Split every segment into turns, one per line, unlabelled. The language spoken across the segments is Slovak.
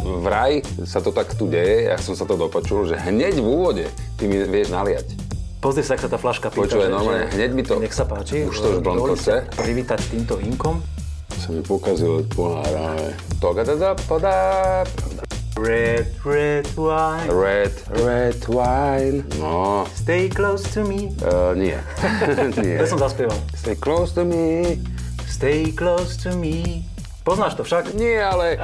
vraj sa to tak tu deje, ja som sa to dopočul, že hneď v úvode ty mi vieš naliať.
Pozri sa, ak sa tá flaška pýta.
Počúvaj,
že-
normálne,
že-
hneď mi to-
Nech sa páči.
Už to už blond
Dovolím
chce.
sa Privítať týmto vínkom.
Sa mi pokazil pohár, ale...
Toga da da pa da,
Red, red wine,
red,
Red wine. No,
stay close to me.
uh, nie. nie.
Ja som zaspieval.
Stay close to me.
Stay close to me. Poznáš to však?
Nie, ale...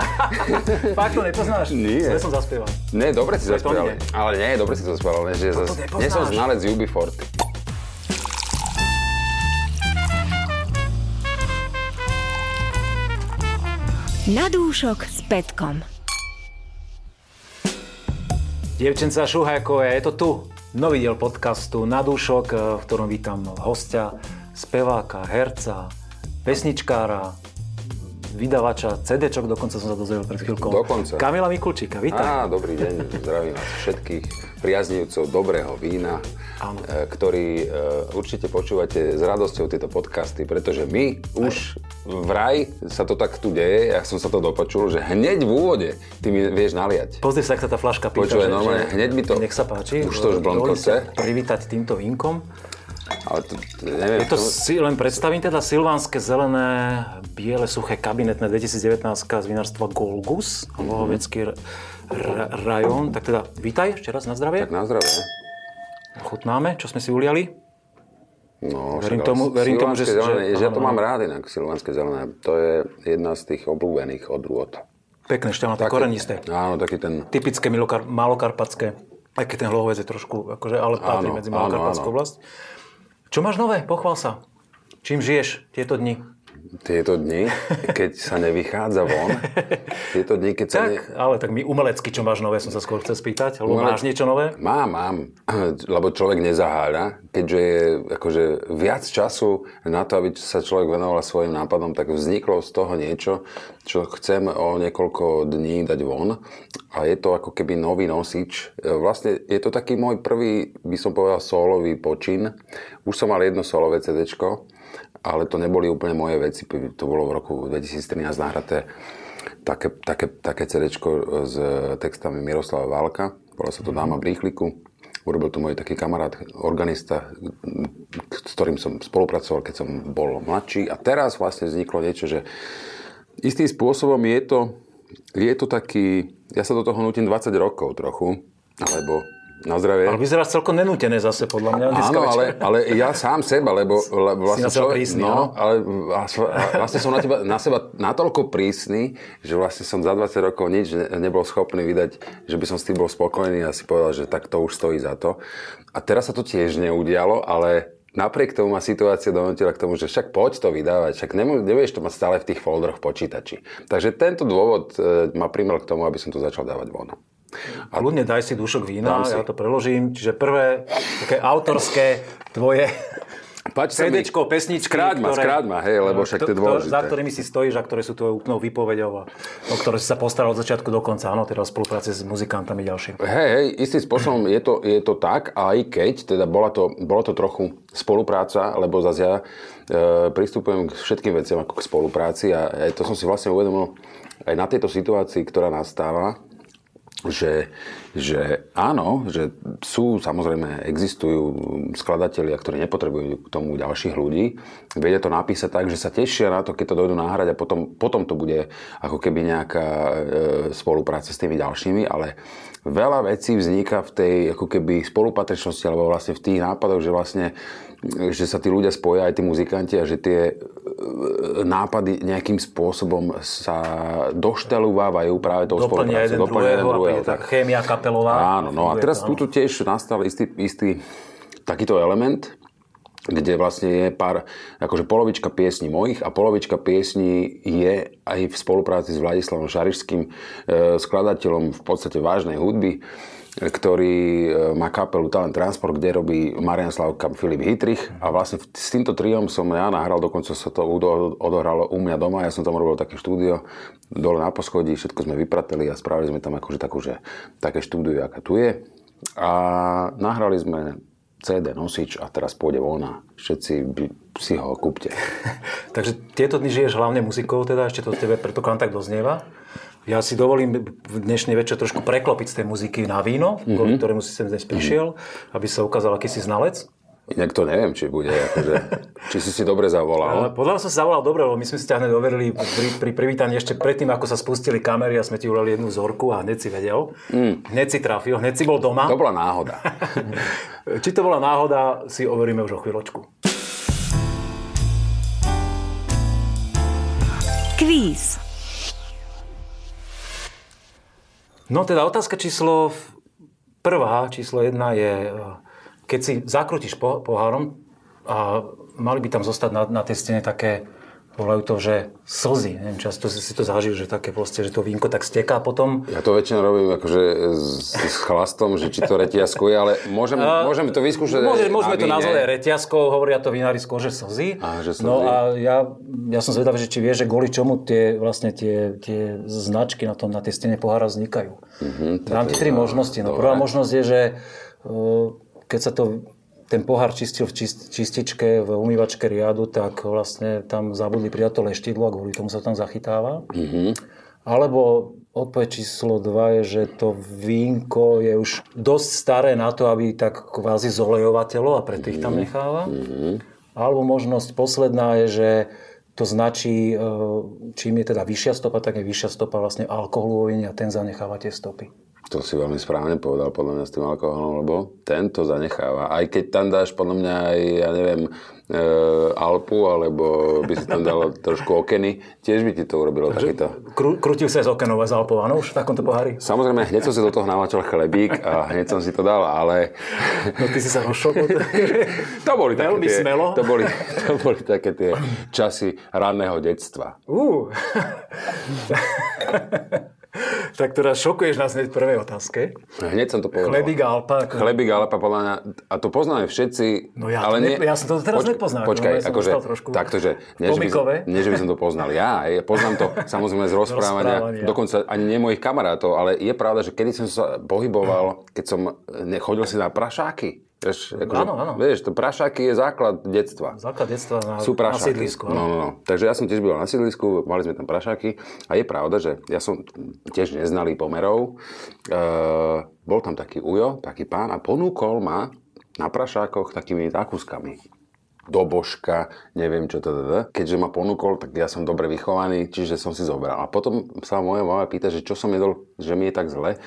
Fakt to nepoznáš?
Nie.
Zle som zaspieval.
Nie, dobre si
To je
zaspieval.
to ide.
Ale nie, dobre si to zaspieval, lenže
Toto
zas...
nepoznáš.
Nie som znalec UB40.
Nadúšok s Petkom.
Dievčenca Šuhajko, je to tu. Nový diel podcastu Na dušok, eh, v ktorom vítam hostia, speváka, herca, pesničkára, vydavača, CD-čok dokonca som sa dozvedel pred chvíľkou.
Dokonca.
Kamila Mikulčíka, vítam.
Á, dobrý deň, zdravím vás všetkých priaznivcov dobrého vína,
Áno.
e, ktorí e, určite počúvate s radosťou tieto podcasty, pretože my už vraj sa to tak tu deje, ja som sa to dopočul, že hneď v úvode ty mi vieš naliať.
Pozri sa, ak sa tá flaška pýta.
Počúvaj,
že-
normálne,
že-
hneď mi to-
Nech sa páči.
Už to už blondko
Dovolím sa
chce.
Privítať týmto vínkom.
Ale to, to neviem,
Je to,
to-
si len predstavím teda silvánske zelené, biele, suché kabinetné 2019 z vinárstva Golgus,
Mhm.
Lohovecký r- r- rajón. Tak teda, vítaj ešte raz na
tak
zdravie.
na zdravie.
Chutnáme, čo sme si uliali.
No, však,
Verím
ale
tomu- verím tomu, že-
silvánske zelené,
že-
že, ja to
áno.
mám rád inak, silvánske zelené. To je jedna z tých obľúbených odrôd.
Pekné, šťavnaté, korenisté.
Áno, taký ten...
Typické milokar, malokarpatské. Aj keď ten hlohovec je trošku, akože, ale patrí
Áno,
medzi
áno,
malokarpatskú
áno.
vlast. Čo máš nové? Pochvál sa. Čím žiješ tieto dni?
Tieto dni, keď sa nevychádza von, tieto dni, keď sa... ne...
Tak, ale tak mi umelecky, čo máš nové, som sa skôr chcel spýtať. Lebo
Umelec-
máš niečo nové?
Mám, mám, lebo človek nezaháľa, keďže je akože viac času na to, aby sa človek venoval svojim nápadom, tak vzniklo z toho niečo, čo chcem o niekoľko dní dať von a je to ako keby nový nosič. E, Vlastne je to taký môj prvý, by som povedal, solový počin. Už som mal jedno solové CDčko, ale to neboli úplne moje veci, to bolo v roku 2013 nahraté také, také, také CDčko s textami Miroslava Válka, volá sa to Dáma Brýchliku. Urobil to môj taký kamarát, organista, k- s ktorým som spolupracoval, keď som bol mladší. A teraz vlastne vzniklo niečo, že istým spôsobom je to, je to taký, ja sa do toho nutím 20 rokov trochu, alebo na zdravie.
Ale vyzeráš celkom nenútené zase, podľa mňa. dneska
Áno,
večer.
ale, ale ja sám seba, lebo, lebo vlastne
na seba
človek-
prísny, áno?
no, ale vlas- vlastne som na, teba, na seba natoľko prísny, že vlastne som za 20 rokov nič ne, nebol schopný vydať, že by som s tým bol spokojný a si povedal, že tak to už stojí za to. A teraz sa to tiež neudialo, ale napriek tomu ma situácia donútila k tomu, že však poď to vydávať, však nemu, nebudeš to mať stále v tých folderoch v počítači. Takže tento dôvod e, ma primel k tomu, aby som to začal dávať von.
A Ľudne daj si dušok vína,
Dám si.
ja to preložím. Čiže prvé, také autorské tvoje
Páči sa mi-
CDčko, pesničky,
Skráť ma, skráť ma, hej, lebo však to je
kto-
dôležité.
No, Za ktorými si stojíš a ktoré sú tvojou úplnou výpovedou a o ktoré si sa postaral od začiatku do konca, áno, teda v spolupráci s muzikantami ďalšími.
Hej, hej, istým spôsobom je to, je to tak, aj keď, teda bola to, bolo to trochu spolupráca, lebo zase ja e, pristupujem k všetkým veciam ako k spolupráci a e, to som si vlastne uvedomil aj na tejto situácii, ktorá nastáva, že, že áno, že sú, samozrejme, existujú skladatelia, ktorí nepotrebujú k tomu ďalších ľudí. Vedia to napísať tak, že sa tešia na to, keď to dojdú náhrať a potom, potom to bude ako keby nejaká e, spolupráca s tými ďalšími, ale veľa vecí vzniká v tej ako keby spolupatričnosti alebo vlastne v tých nápadoch, že vlastne e, že sa tí ľudia spoja aj tí muzikanti a že tie e, nápady nejakým spôsobom sa doštelovávajú práve tou
Doplňa
spoluprácou.
jeden druhého a príde tá
tak.
chémia kapelová.
Áno, no a
Funguje
teraz
to, áno.
tuto tiež nastal istý, istý takýto element, kde vlastne je pár, akože polovička piesní mojich a polovička piesní je aj v spolupráci s Vladislavom Šarišským, e, skladateľom v podstate vážnej hudby, e, ktorý e, má kapelu Talent Transport, kde robí Marian Slavka, Filip Hitrich a vlastne v- s týmto triom som ja nahral, dokonca sa to udo- odohralo u mňa doma, ja som tam robil také štúdio dole na poschodí, všetko sme vyprateli a spravili sme tam akože takú, že také štúdio, aká tu je a nahrali sme CD nosič a teraz pôjde von a všetci by- si ho kúpte.
Takže tieto dni žiješ hlavne muzikou, teda ešte to z tebe predpokladám tak doznieva. Ja si dovolím v dnešný večer trošku preklopiť z tej muziky na víno, mm-hmm. kvôli ktorému si sem dnes prišiel, aby sa ukázal, aký si znalec.
Inak to neviem, či bude, akože, či si si dobre zavolal.
Ale podľa mňa som sa zavolal dobre, lebo my sme si ťa hneď overili pri, pri privítaní ešte predtým, ako sa spustili kamery a sme ti uleli jednu zorku a hneď si vedel. Mm. Hneď si trafil, hneď si bol doma.
To bola náhoda.
Či to bola náhoda, si overíme už o chvíľočku.
Kvíz.
No teda otázka číslo prvá, číslo jedna je, eh, keď si zakrutíš po, pohárom a mali by tam zostať na, na tej stene také, volajú to, že slzy, neviem, často si to zažil, že také proste, že to vínko tak steká potom.
Ja to väčšinou robím akože s, s chlastom, že či to reťazkuje, ale môžem, môžem to vyskúšať
Môže,
aj na
môžeme to
víne.
nazvať reťazkou, hovoria to vinári skôr, že slzy.
Á, že slzy.
No a ja, ja som zvedavý, že či vieš, že kvôli čomu tie, vlastne tie, tie značky na, tom, na tej stene pohára vznikajú.
Mhm,
Mm-hmm, Dám ti tri možnosti. No, prvá možnosť je, že eh, keď sa to ten pohár čistil v čist, čističke, v umývačke riadu, tak vlastne tam zabudli pridať to leštidlo a kvôli tomu sa tam zachytáva.
Mhm.
Alebo opäť číslo 2 je, že to vínko je už dosť staré na to, aby tak kvázi zolejovatelo a preto ich
Mhm.
tam necháva. Alebo možnosť posledná je, že to značí, e, čím je teda vyššia stopa, tak je vyššia stopa vlastne alkoholu vo víne a ten zanecháva tie stopy.
To si veľmi správne povedal podľa mňa s tým alkoholom, lebo ten to zanecháva. Aj keď tam dáš podľa mňa aj, ja neviem, e, Alpu, alebo by si tam dal trošku okeny, tiež by ti to urobilo takýto.
Kru, krutil sa aj z okenov a z Alpov, áno, už v takomto pohári?
Samozrejme, hneď som si do toho namačal chlebík a hneď som si to dal, ale
No ty si sa rozšokol.
to boli také,
Veľmi
tie,
smelo.
to boli, to boli také tie časy ranného detstva.
Ú. tak teda šokuješ nás hneď v prvej otázke.
Hneď som to povedal.
Chlebík a Alpa. ako-
Chlebík Alepa, podľa mňa, a to poznáme všetci.
No ja to
ale
ne- ja som to teraz nepoznal,
Počkaj,
no ja som
akože,
dostal trošku
takto, že nie že, by, som-
komikové.
nie, že by som to poznal ja, ja poznám to samozrejme z rozprávania,
Rozprávania.
dokonca ani nie mojich kamarátov, ale je pravda, že kedy som sa pohyboval, keď som ne- chodil si na prašáky. Vieš, akože,
Áno, áno.
vieš, to prašáky je základ detstva.
Základ detstva na,
Sú
na
prašáky.
sídlisku.
no,
áno.
no, no. Takže ja som tiež býval na sídlisku, mali sme tam prašáky a je pravda, že ja som tiež neznalý pomerov. E, bol tam taký ujo, taký pán a ponúkol ma na prašákoch takými zákuskami. Dobožka, neviem čo teda. Keďže ma ponúkol, tak ja som dobre vychovaný, čiže som si zobral. A potom sa moja mama pýta, že čo som jedol, že mi je tak zle.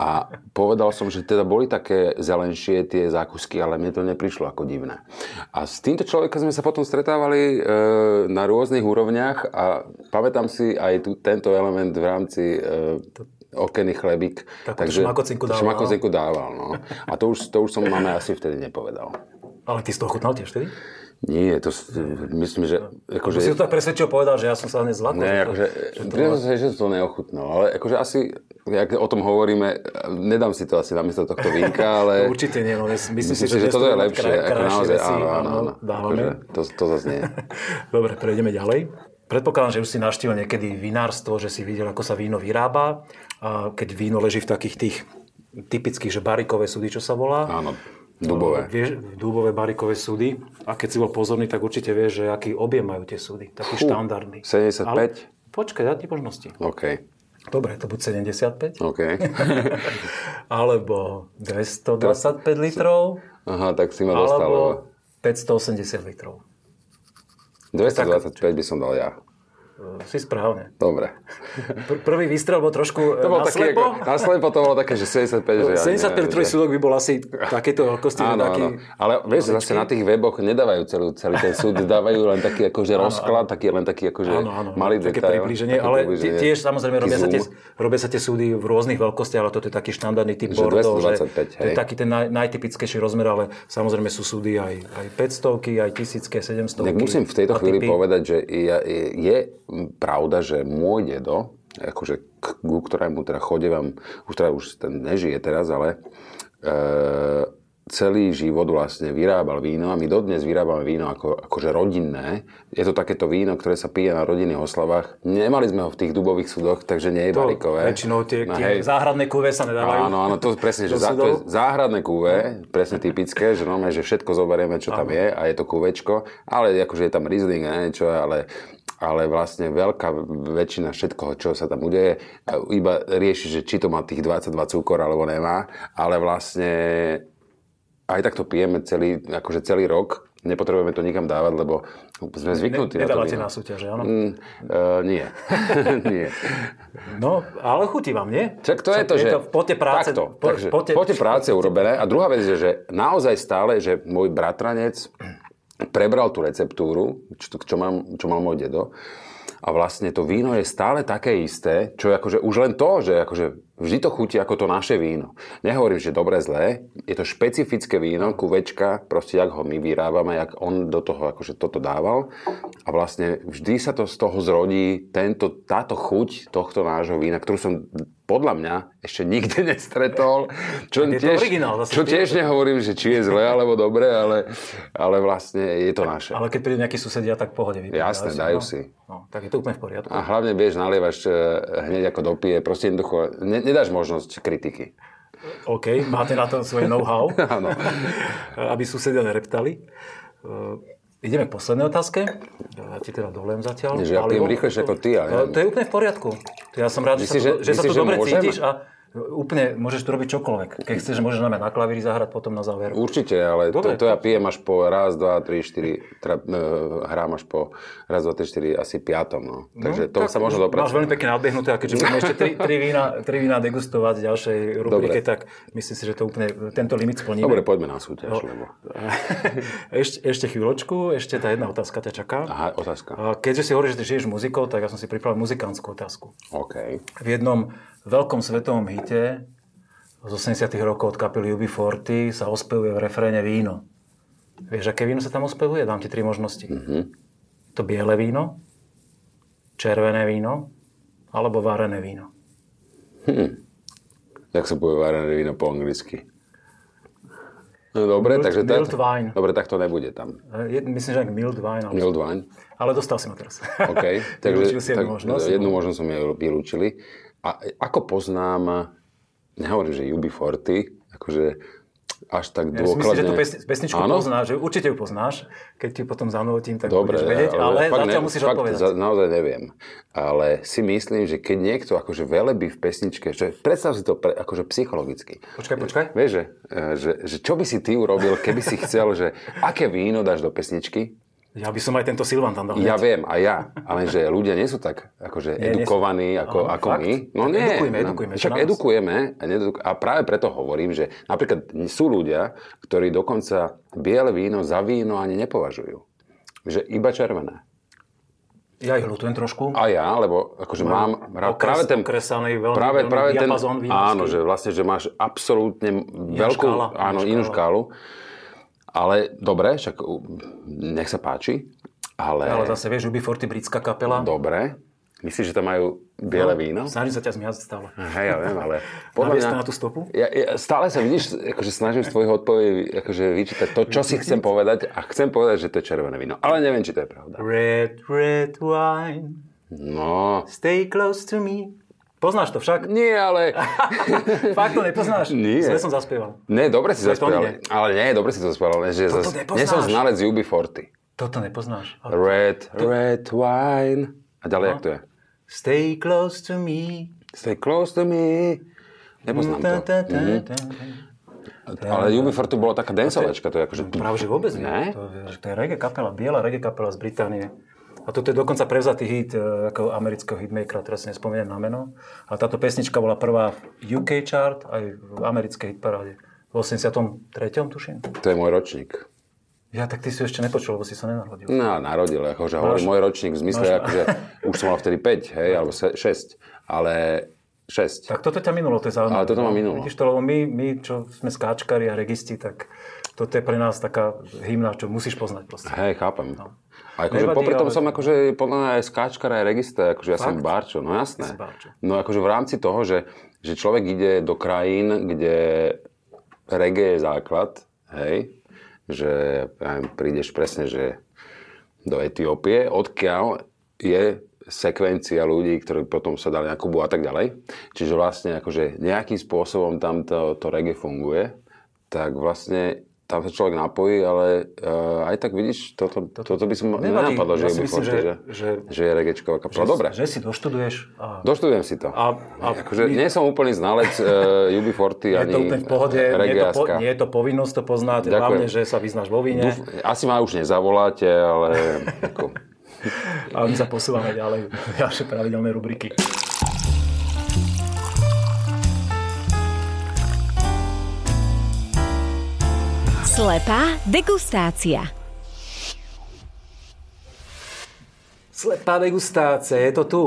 A povedal som, že teda boli také zelenšie tie zákusky, ale mne to neprišlo ako divné. A s týmto človekom sme sa potom stretávali e, na rôznych úrovniach a pamätám si aj tu, tento element v rámci e, okenný chlebík.
Takú šmakocinku dával,
šmakocinku dával no. A to už, to už som máme asi vtedy nepovedal.
Ale ty si to ochutnal tiež vtedy?
Nie, to s- myslím, že... Akože,
Že... Si to tak presvedčil povedal, že ja som sa hneď zlakol.
Ne,
že to-
akože,
že to-
priznám sa, že som to neochutnal, ale akože asi, jak o tom hovoríme, nedám si to asi namiesto tohto vínka, ale...
Určite nie, no ja si-
Myslím
myslím,
si,
si,
že
dnes
toto
tu
je
máme
lepšie,
kraj-
ako
krajšie
naozaj,
veci,
áno, áno, áno.
dávame.
Akože, to, to zase nie.
Dobre, prejdeme ďalej. Predpokladám, že už si naštívil niekedy vinárstvo, že si videl, ako sa víno vyrába. A keď víno leží v takých tých typických, že barikové súdy, čo sa volá.
Áno, dubové.
No, Vieš, dúbové barikové súdy. A keď si bol pozorný, tak určite vieš, že aký objem majú tie súdy. Taký
Fú,
štandardný.
75?
počkaj, dá ti možnosti.
OK,
Dobre, to buď 75,
OK.
alebo 225 litrov,
Aha, tak si ma dostal.
alebo 580 litrov.
225 by som dal ja.
E, Si správne.
Dobre.
Pr- prvý výstrel bol trošku e,
To bol taký,
naslepo.
ako, naslepo to bolo také, že 75, že ja
75
neviem,
litrový
že-
súdok by bol asi takéto veľkosti, že
Áno,
taký...
áno. Ale vieš, zase na tých weboch nedávajú celý, celý ten súd, dávajú len taký akože rozklad, taký len taký akože
Áno, áno,
malý
také
detail.
priblíženie,
také
ale
priblíženie.
tiež samozrejme
Taký
robia sa, tie,
zoom.
robia sa tie súdy v rôznych veľkostiach, ale toto je taký štandardný typ
Že
Bordeaux,
225,
to
hej.
je taký ten naj, najtypickejší rozmer, ale samozrejme sú súdy aj, aj 500, aj 1000, 700.
Tak musím v tejto chvíli povedať, že ja, je, je pravda, že môj dedo, akože k, ku ktorému teda chodevám, už teda už ten nežije teraz, ale e, celý život vlastne vyrábal víno a my dodnes vyrábame víno ako, akože rodinné. Je to takéto víno, ktoré sa pije na rodinných oslavách. Nemali sme ho v tých dubových súdoch, takže nie je
To
barikové.
Väčšinou tie,
No hej.
tie záhradné kuve sa nedávajú.
Áno, áno, to presne, že
Do
za, to je
sudov.
záhradné kuve, presne typické, že normálne, že všetko zoberieme, čo tam je a je to kuvečko, ale akože je tam Riesling a niečo, ale ale vlastne veľká väčšina všetkoho, čo sa tam udeje, iba rieši, že či to má tých 22 cukor alebo nemá, ale vlastne aj tak to pijeme celý, akože celý rok, nepotrebujeme to nikam dávať, lebo sme zvyknutí na to
ne, nedávate
víno.
na súťaže, áno?
Mm, uh, nie. nie.
No, ale chutí vám, nie?
Tak to je to, že...
po tej práce,
Takto,
po,
takže,
po tej-
poďte práce urobené. A druhá vec je, že naozaj stále, že môj bratranec prebral tú receptúru, čo, čo, mám, čo mal môj dedo. A vlastne to víno je stále také isté, čo je akože už len to, že akože vždy to chutí ako to naše víno. Nehovorím, že dobre, zlé. Je to špecifické víno, kuvečka, proste jak ho my vyrábame, jak on do toho akože toto dával. A vlastne vždy sa to z toho zrodí tento, táto chuť tohto nášho vína, ktorú som podľa mňa ešte nikdy nestretol. Čo
Je to
tiež,
originál zase.
čo tiež nehovorím, že či je zlé alebo dobre, ale, ale vlastne je to naše.
Ale keď príde nejaký susedia, tak v pohode vypijú.
Jasné, dajú si.
No, tak je to úplne v poriadku.
A hlavne, vieš, nalievaš e, hneď ako dopije. Proste jednoducho, ne, nedáš možnosť kritiky.
OK, máte na to svoje know-how,
Áno.
aby susedia nereptali. Eh, Ideme k poslednej otázke. Ja ti teda dovolím zatiaľ.
Nie, že ja
Palivo.
pijem rýchlejšie ako ty, ale
To-
neviem.
To je úplne v poriadku. Ja som rád,
Myslíš,
že, sa tu,
že-
že sa
myslíš,
tu
že
dobre
môžem?
cítiš a úplne môžeš tu robiť čokoľvek. Keď chceš, môžeš najmä na klavíri zahrať potom na záver.
Určite, ale
Dobre,
to, to ja pijem až po raz, dva, tri, štyri, tra, e, hrám až po raz, dva, tri, štyri, asi piatom. No. Takže to sa možno
Máš
dopracovať.
veľmi pekne nadbehnuté a keďže budeme ešte tri, tri, vína, tri vína degustovať v ďalšej rubrike,
Dobre.
tak myslím si, že to úplne tento limit splníme.
Dobre, poďme na súťaž,
No.
lebo...
ešte, ešte chvíľočku, ešte tá jedna otázka ťa čaká.
Aha, otázka.
A Keďže si hovoríš, že ty žiješ muzikou, tak ja som si pripravil muzikánsku otázku.
OK.
V jednom veľkom svetovom hite z 80 rokov od kapely UB40 sa ospevuje v refréne víno. Vieš, aké víno sa tam ospevuje? Dám ti tri možnosti.
Mhm.
Mm-hmm. To biele víno, červené víno alebo varené víno.
Jak sa povie varené víno po anglicky? No dobre,
Mild-
takže...
mild
tá-
wine.
Dobre, tak to nebude tam.
E, je- Myslím, že aj mild wine. Ale,
Mild wine.
ale dostal si ma teraz.
No. OK, takže
Vylúčil si jednu možnosť.
jednu možnosť som jej vylúčili. A e, ako poznám, nehovorím, že UB40, akože až tak
Ja si myslím, že
dôkladne...
tú pesni- pesničku
Áno?
poznáš, že určite ju poznáš, keď ti potom zanotím, tak
Dobre,
budeš vedieť, ale,
fakt
zatiaľ
ne-
musíš
fakt
odpovedať.
Za, naozaj neviem. Ale si myslím, že keď niekto akože velebí v pesničke, že predstav si to pre, akože psychologicky.
Počkaj, počkaj.
Vieš, že, e, že, že čo by si ty urobil, keby si chcel, že aké víno dáš do pesničky?
Ja by som aj tento Silvan tam dal.
Ja viem, a ja. Ale že ľudia nie sú tak akože
Nie, nie sú.
edukovaní ako,
Áno,
ako
fakt.
my. No
Tak
nie.
edukujme,
no,
edukujme, čo
Však
na nás?
edukujeme a needuku- a práve preto hovorím, že napríklad sú ľudia, ktorí dokonca biele víno za víno ani nepovažujú. Že iba červené.
Ja ich ľutujem trošku.
A ja, lebo akože mám rád
okres-
práve ten...
okresaný veľmi-
práve,
veľmi
práve ten,
diapazón vínovský.
Áno, že vlastne, že máš absolútne veľkú...
škála, inú
áno, inú škálu. Ale dobre, však u- nech sa páči. Ale,
Ale zase vieš, UB40 britská kapela.
Dobre. Myslíš, že tam majú biele víno?
Snažím sa ťa zmiazť stále.
Hej, ja viem, ale...
Naviesť No. to na tú stopu?
Ja, ja, stále sa vidíš, akože snažím z tvojho odpovedi akože vyčítať to, čo si chcem povedať a chcem povedať, že to je červené víno. Ale neviem, či to je pravda.
Red, red wine,
No...
stay close to me. Poznáš to však?
Nie, ale...
Fakt to nepoznáš?
Nie.
Zle som zaspieval.
Nie, dobre si
To je to
zaspieval.
nie.
Ale nie, dobre si to zaspieval. ale Že
Toto
zas,
nepoznáš.
nie som znalec UB40.
Toto nepoznáš. Ale-
Red, red wine. A ďalej,
No.
jak to je?
Stay close to me.
Stay close to me. Nepoznám to.
Ta,
Mhm.
ta, ta, ta.
Ale UB40 bolo taká densovačka, to je akože...
Práve že vôbec nie.
Ne?
To, je- to je reggae kapela, biela reggae kapela z Británie. A toto je dokonca prevzatý hit e, ako amerického hitmakera, teraz si nespomínam na meno. A táto pesnička bola prvá v UK chart, aj v americkej hitparáde. V 83. tuším.
To je môj ročník.
Ja, tak ty si ju ešte nepočul, lebo si sa nenarodil.
No, narodil, akože hovorím môj ročník v zmysle, akože už som mal vtedy 5, hej, alebo 6, ale 6.
Tak toto ťa minulo, to je zaujímavé.
Ale toto ma minulo.
Vidíš to, lebo my, my, čo sme skáčkari a registi, tak toto je pre nás taká hymna, čo musíš poznať proste.
Hej, chápem. A akože
No. Nevadí,
popri tom
ale-
som akože podľa mňa aj skáčkar, aj register, akože ja som
Fakt?
barčo, no
Ty
jasné.
si barčo.
No akože v rámci toho, že, že človek ide do krajín, kde reggae je základ, hej, že ja neviem, prídeš presne, že do Etiópie, odkiaľ je sekvencia ľudí, ktorí potom sa dali na Kubu a tak ďalej. Čiže vlastne akože nejakým spôsobom tam to, to reggae funguje, tak vlastne tam sa človek napojí, ale uh, aj tak vidíš, toto, toto by som
Nevadí,
nenapadlo, že,
ja si
by
myslím,
fotil,
že-
že, že,
že-
že je regečková kapela. No, Dobre,
Že si doštuduješ a
doštudujem si to.
A- a-
akože, nie som úplný znalec uh, UB40
je
ani
to úplne v pohode, nie je to, po,
reggaeska.
nie je to povinnosť to poznať,
Ďakujem.
hlavne, že sa vyznáš vo víne.
Dúf- Asi ma už nezavoláte, ale ako,
A my sa posúvame ďalej v ďalšie pravidelné rubriky.
Slepá degustácia.
Slepá degustácia, je to tu.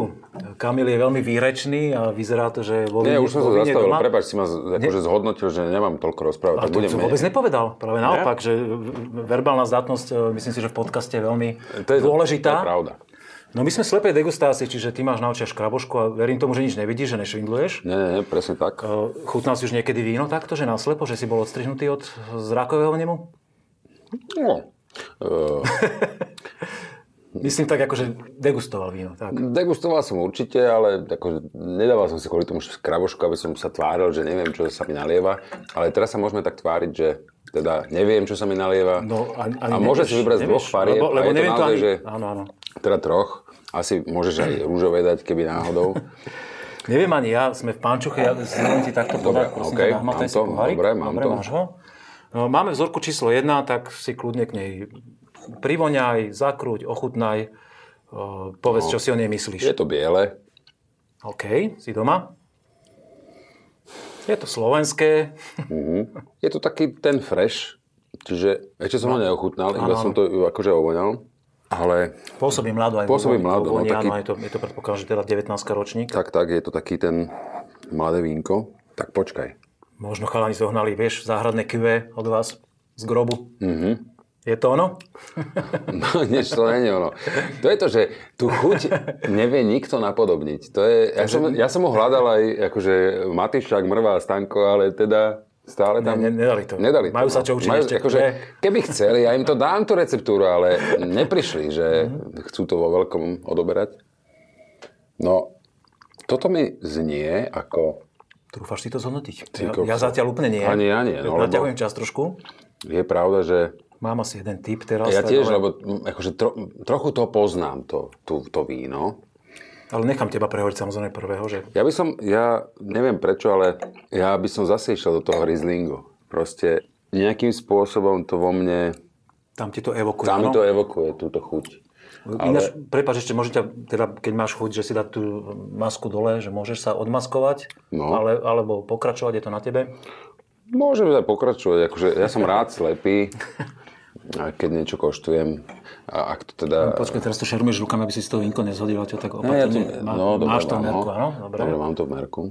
Kamil je veľmi výrečný a vyzerá to, že vo
nie,
víne,
už som
vo
sa
víne
zastavil,
doma.
prepáč, si ma z- akože zhodnotil, že nemám toľko rozprávať.
A
tak
to
budem
som
menej.
vôbec nepovedal. Práve naopak, že v- verbálna zdatnosť, e, myslím si, že v podcaste je veľmi
To je
dôležitá.
To je pravda.
No my sme v slepej degustácii, čiže ty máš na očiach škrabošku a verím tomu, že nič nevidíš, že nešvindluješ.
Nie, nie, nie, presne tak.
E, Chutnal si už niekedy víno takto, že naslepo, že si bol odstrihnutý od zrakového vnemu?
No.
Myslím tak, ako že degustoval víno. Tak.
Degustoval som určite, ale akože nedával som si kvôli tomu skrabošku, aby som sa tváril, že neviem, čo sa mi nalieva. Ale teraz sa môžeme tak tváriť, že teda neviem, čo sa mi nalieva.
No, ani, ani
a môžeš si
nevieš,
vybrať z dvoch
nevieš,
farieb.
Lebo,
a
lebo
je to
neviem to
naozaj,
ani...
že,
Áno, áno.
teda troch. Asi môžeš aj rúžové dať, keby náhodou.
Neviem ani ja, sme v pančuche, ja znamenám ti takto
Dobre,
podať, prosím,
okej,
ťa, nahmataj
mám
si
to,
pohárik.
dobre, mám
dobre
to.
Máš ho? No, máme vzorku číslo 1, tak si kľudne k nej privoňaj, zakrúť, ochutnaj, o, povedz, čo si o nej myslíš.
No. Je to biele.
OK, si doma? Je to slovenské,
Je to taký ten fresh, čiže ešte som ho neochutnal, iba som to akože ovoňal. Ale
pôsobí mladú aj
Pôsobí
vo-
mladú, no,
vo voni,
taký-
áno, je to, je to predpokladám, že teda 19 ročník.
tak, tak, je to taký ten mladé vínko. Tak počkaj.
Možno chalani zohnali, vieš, záhradné QV od vás z grobu. Mm-hmm.
Mhm.
Je to ono?
No, nič to není ono. To je to, že tú chuť nevie nikto napodobniť. To je, ja, som, ja som ho hľadal aj akože Matišák, Mrvá, Stanko, ale teda stále tam...
Ne- ne- nedali to.
Nedali
Majú
to,
sa čo učiť ešte,
akože,
ne?
Keby chceli, ja im to dám tú receptúru, ale neprišli, že
Mhm.
chcú to vo veľkom odoberať. No, toto mi znie ako...
Trúfaš si to zhodnotiť?
Ty
Ja,
kokso.
ja zatiaľ úplne nie.
Ani ja nie, no, lebo-
Naťahujem čas trošku.
Je pravda, že
Mám asi jeden typ teraz.
ja
tak,
tiež,
ale,
lebo mm, akože tro, trochu to poznám, to, to, to víno.
ale nechám teba prehoriť samozrejme prvého, že
Ja by som, ja neviem prečo, ale ja by som zase išiel do toho Rieslingu. Proste nejakým spôsobom to vo mne,
tam ti to evokuje.
tam mi
áno?
to evokuje, túto chuť.
Ináč, prepáč, ešte môžete, teda, keď máš chuť, že si dať tú masku dole, že môžeš sa odmaskovať,
No.
ale, alebo pokračovať, je to na tebe.
Môžeme aj pokračovať, akože ja som rád slepý, a keď niečo koštujem, a ak to teda...
Počkaj, teraz to šermuješ rukami, aby si to vinko nezhodil, a ťa tak
No, ja
opatrne.
tu-
Má-
no, dobre,
máš to
mám,
v
no.
merku, áno? Dobre.
Dobre, mám to v merku.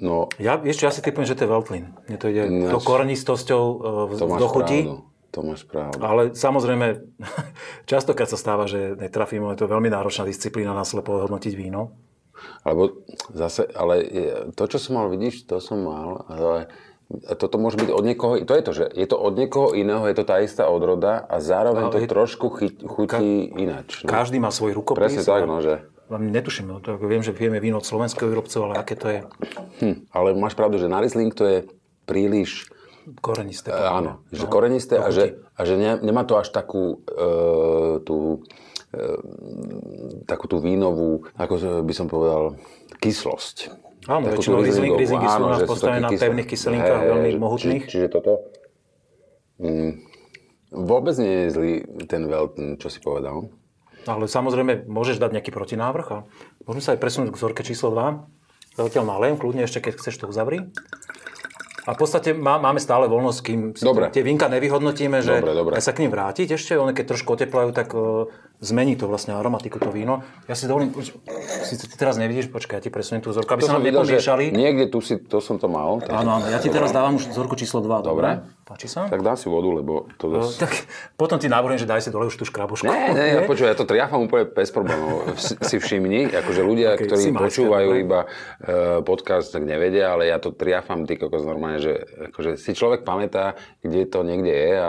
No,
Ja, ešte, ja si typujem, že to je Veltlin. Mne to ide
Ináč-
to kornistosťou e, v,
No, to máš
do chuti.
pravdu. To máš pravdu.
Ale samozrejme, častokrát sa stáva, že netrafím, je to veľmi náročná disciplína na slepo hodnotiť víno.
Alebo zase, ale je- to, čo som mal, vidíš, to som mal, ale toto môže byť od niekoho, to je to, že je to od niekoho iného, je to tá istá odroda a zároveň
Ale
to
je-
trošku chy- chutí inač. No.
Každý má svoj rukopis.
Presne tak, no, že...
Vám netuším, no, to ako viem, že vieme víno od slovenského výrobcov, ale aké to je
Hm, ale máš pravdu, že na Riesling to je príliš,
korenisté.
e, áno, že
No.
korenisté a že, a že ne, nemá to až takú e, tú, e, takú tú vínovú, ako by som povedal, kyslosť. Takú
Áno, väčšinou
tú
Riesling-
Rieslingovú,
Rieslingy sú
áno,
na-
že
postavené
takí
na
kyslé.
pevných kyselinkách,
Hej,
veľmi
že-
mohutných.
Či, čiže toto... Mm, vôbec nie je zlý ten Velten, čo si povedal.
Ale samozrejme, môžeš dať nejaký protinávrh a môžeme sa aj presunúť k vzorke číslo 2. Zatiaľ nalejem, kľudne ešte, keď chceš to uzavri. A v podstate má, máme stále voľnosť, kým si
Dobre.
tie vinka nevyhodnotíme, že
Dobre, dobre.
aj sa k ním vrátiť ešte, one keď trošku oteplajú, tak e, zmení to vlastne aromatiku to víno. Ja si dovolím, už- síce ty teraz nevidíš, počkaj, ja ti presuniem tú vzorku, aby sa nám
videl, že
nepomiešali.
Niekde tu si, to som to mal. Tak,
Áno, áno, ja ti teraz dávam už vzorku číslo 2, dobre?
Dobre.
Páči sa?
tak dám si vodu, lebo to...
No,
Zas...
tak potom ti navrhujem, že daj si dole už tú škrabušku.
Ne, ne, ja, počuj, ja to triafam úplne bez problémov. Si si všimni, akože ľudia,
Okej, si
ktorí
majster,
počúvajú
dobre.
iba e, podcast, tak nevedia, ale ja to triafam, ty kokos normálne, že akože si človek pamätá, kde to niekde je a